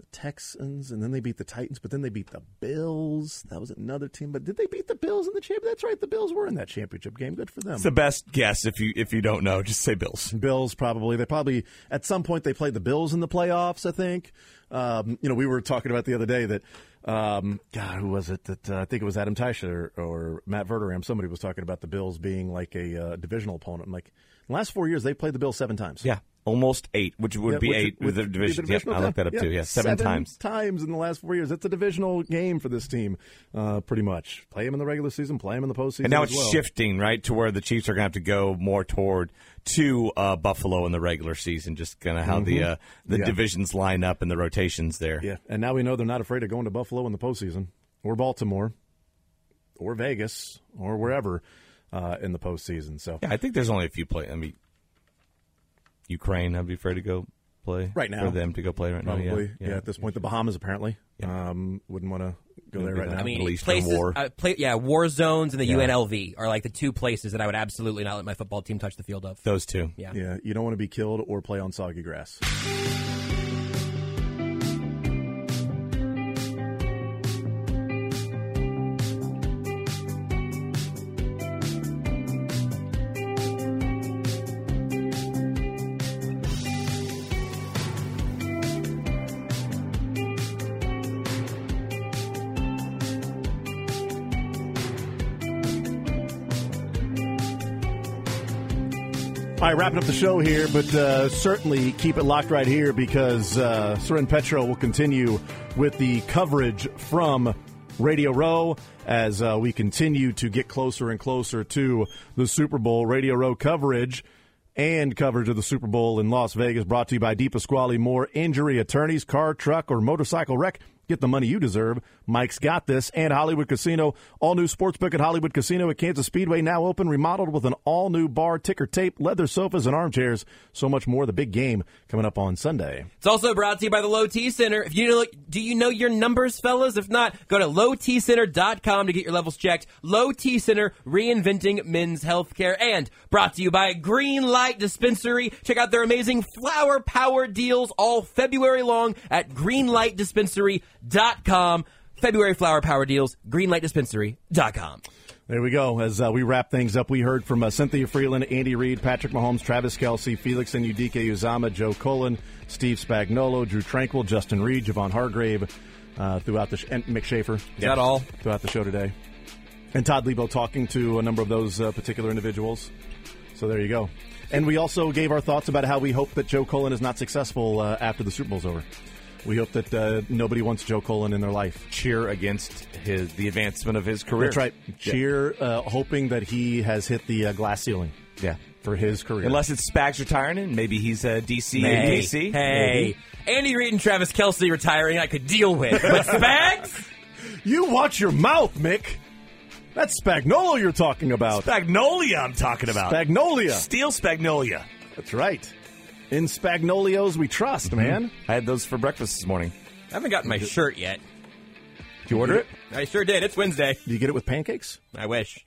Speaker 2: the Texans and then they beat the Titans, but then they beat the Bills. That was another team. But did they beat the Bills in the championship? That's right, the Bills were in that championship game. Good for them.
Speaker 3: It's the best guess if you if you don't know, just say Bills.
Speaker 2: Bills probably. They probably at some point they played the Bills in the playoffs. I think. Um, you know, we were talking about the other day that um, God, who was it that uh, I think it was Adam Teicher or, or Matt Verderam. Somebody was talking about the Bills being like a uh, divisional opponent. I'm like, in the last four years they played the Bills seven times.
Speaker 3: Yeah, almost eight, which would
Speaker 2: Yeah,
Speaker 3: be
Speaker 2: which-
Speaker 3: eight with the
Speaker 2: be
Speaker 3: division. Yep,
Speaker 2: divisional
Speaker 3: I looked that up
Speaker 2: game.
Speaker 3: too. Yeah, seven, times.
Speaker 2: Times in the last four years. It's a divisional game for this team, uh, pretty much. Play them in the regular season, play them in the postseason.
Speaker 3: And now
Speaker 2: as
Speaker 3: it's
Speaker 2: well.
Speaker 3: shifting right to where the Chiefs are going to have to go more toward to uh, Buffalo in the regular season, just kind of how the uh, the
Speaker 2: Mm-hmm. Yeah.
Speaker 3: divisions line up and the rotations there.
Speaker 2: Yeah, and now we know they're not afraid of going to Buffalo in the postseason, or Baltimore, or Vegas, or wherever uh, in the postseason. So
Speaker 3: Yeah, I think there's only a few play. I mean, Ukraine, I'd be afraid to go play
Speaker 2: Right now.
Speaker 3: for them to go play right
Speaker 2: probably,
Speaker 3: now.
Speaker 2: yeah, at this point, the Bahamas apparently
Speaker 3: Oh, Yeah.
Speaker 2: um, wouldn't want to go there
Speaker 3: be
Speaker 2: right
Speaker 3: that.
Speaker 2: now.
Speaker 4: I mean,
Speaker 3: Middle Eastern
Speaker 4: places,
Speaker 3: war.
Speaker 4: Uh, play, yeah, war zones and the
Speaker 3: Yeah.
Speaker 4: UNLV are like the two places that I would absolutely not let my football team touch the field of.
Speaker 3: Those two.
Speaker 4: Yeah.
Speaker 2: yeah, you don't want to be killed or play on soggy grass. All right, wrapping up the show here, but uh, certainly keep it locked right here because uh, Seren Petro will continue with the coverage from Radio Row as uh, we continue to get closer and closer to the Super Bowl. Radio Row coverage and coverage of the Super Bowl in Las Vegas brought to you by Deep Pasquale Moore Injury Attorneys, Car, Truck, or Motorcycle Wreck. Get the money you deserve Mike's Got This, and Hollywood Casino. All new sports book at Hollywood Casino at Kansas Speedway, now open, remodeled with an all new bar, ticker tape, leather sofas, and armchairs. So much more. The big game coming up on Sunday.
Speaker 4: It's also brought to you by the Low T Center. If you know, do you know your numbers, fellas? If not, go to lowtcenter.com to get your levels checked. Low T Center, reinventing men's healthcare, and brought to you by Green Light Dispensary. Check out their amazing flower power deals all February long at greenlightdispensary.com. February flower power deals, greenlightdispensary.com.
Speaker 2: There we go. As uh, we wrap things up, we heard from uh, Cynthia Freeland, Andy Reid, Patrick Mahomes, Travis Kelsey, Felix and Udike Uzama, Joe Colin, Steve Spagnolo, Drew Tranquil, Justin Reed, Javon Hargrave uh, throughout the sh- and Mick Schaefer.
Speaker 4: that all?
Speaker 2: Throughout the show today. And Todd Lebo talking to a number of those uh, particular individuals. So there you go. And we also gave our thoughts about how we hope that Joe Colin is not successful uh, after the Super Bowl's over. We hope that uh, nobody wants Joe Colin in their life.
Speaker 3: Cheer against his the advancement of his career.
Speaker 2: That's right. Cheer, uh, hoping that he has hit the uh, glass ceiling
Speaker 3: Yeah.
Speaker 2: for his career.
Speaker 3: Unless it's Spags retiring, and maybe he's a DC and
Speaker 4: Hey,
Speaker 3: DC.
Speaker 4: hey. Andy Reid and Travis Kelsey retiring, I could deal with. <laughs> But Spags?
Speaker 2: you watch your mouth, Mick. That's Spagnolo you're talking about.
Speaker 3: Spagnolia, I'm talking about.
Speaker 2: Spagnolia.
Speaker 3: Steel Spagnolia.
Speaker 2: That's right. In Spagnolios we trust, man.
Speaker 3: I had those for breakfast this morning.
Speaker 4: I haven't gotten my shirt yet.
Speaker 2: Did you order it?
Speaker 4: I sure did. It's Wednesday.
Speaker 2: Do you get it with pancakes?
Speaker 4: I wish.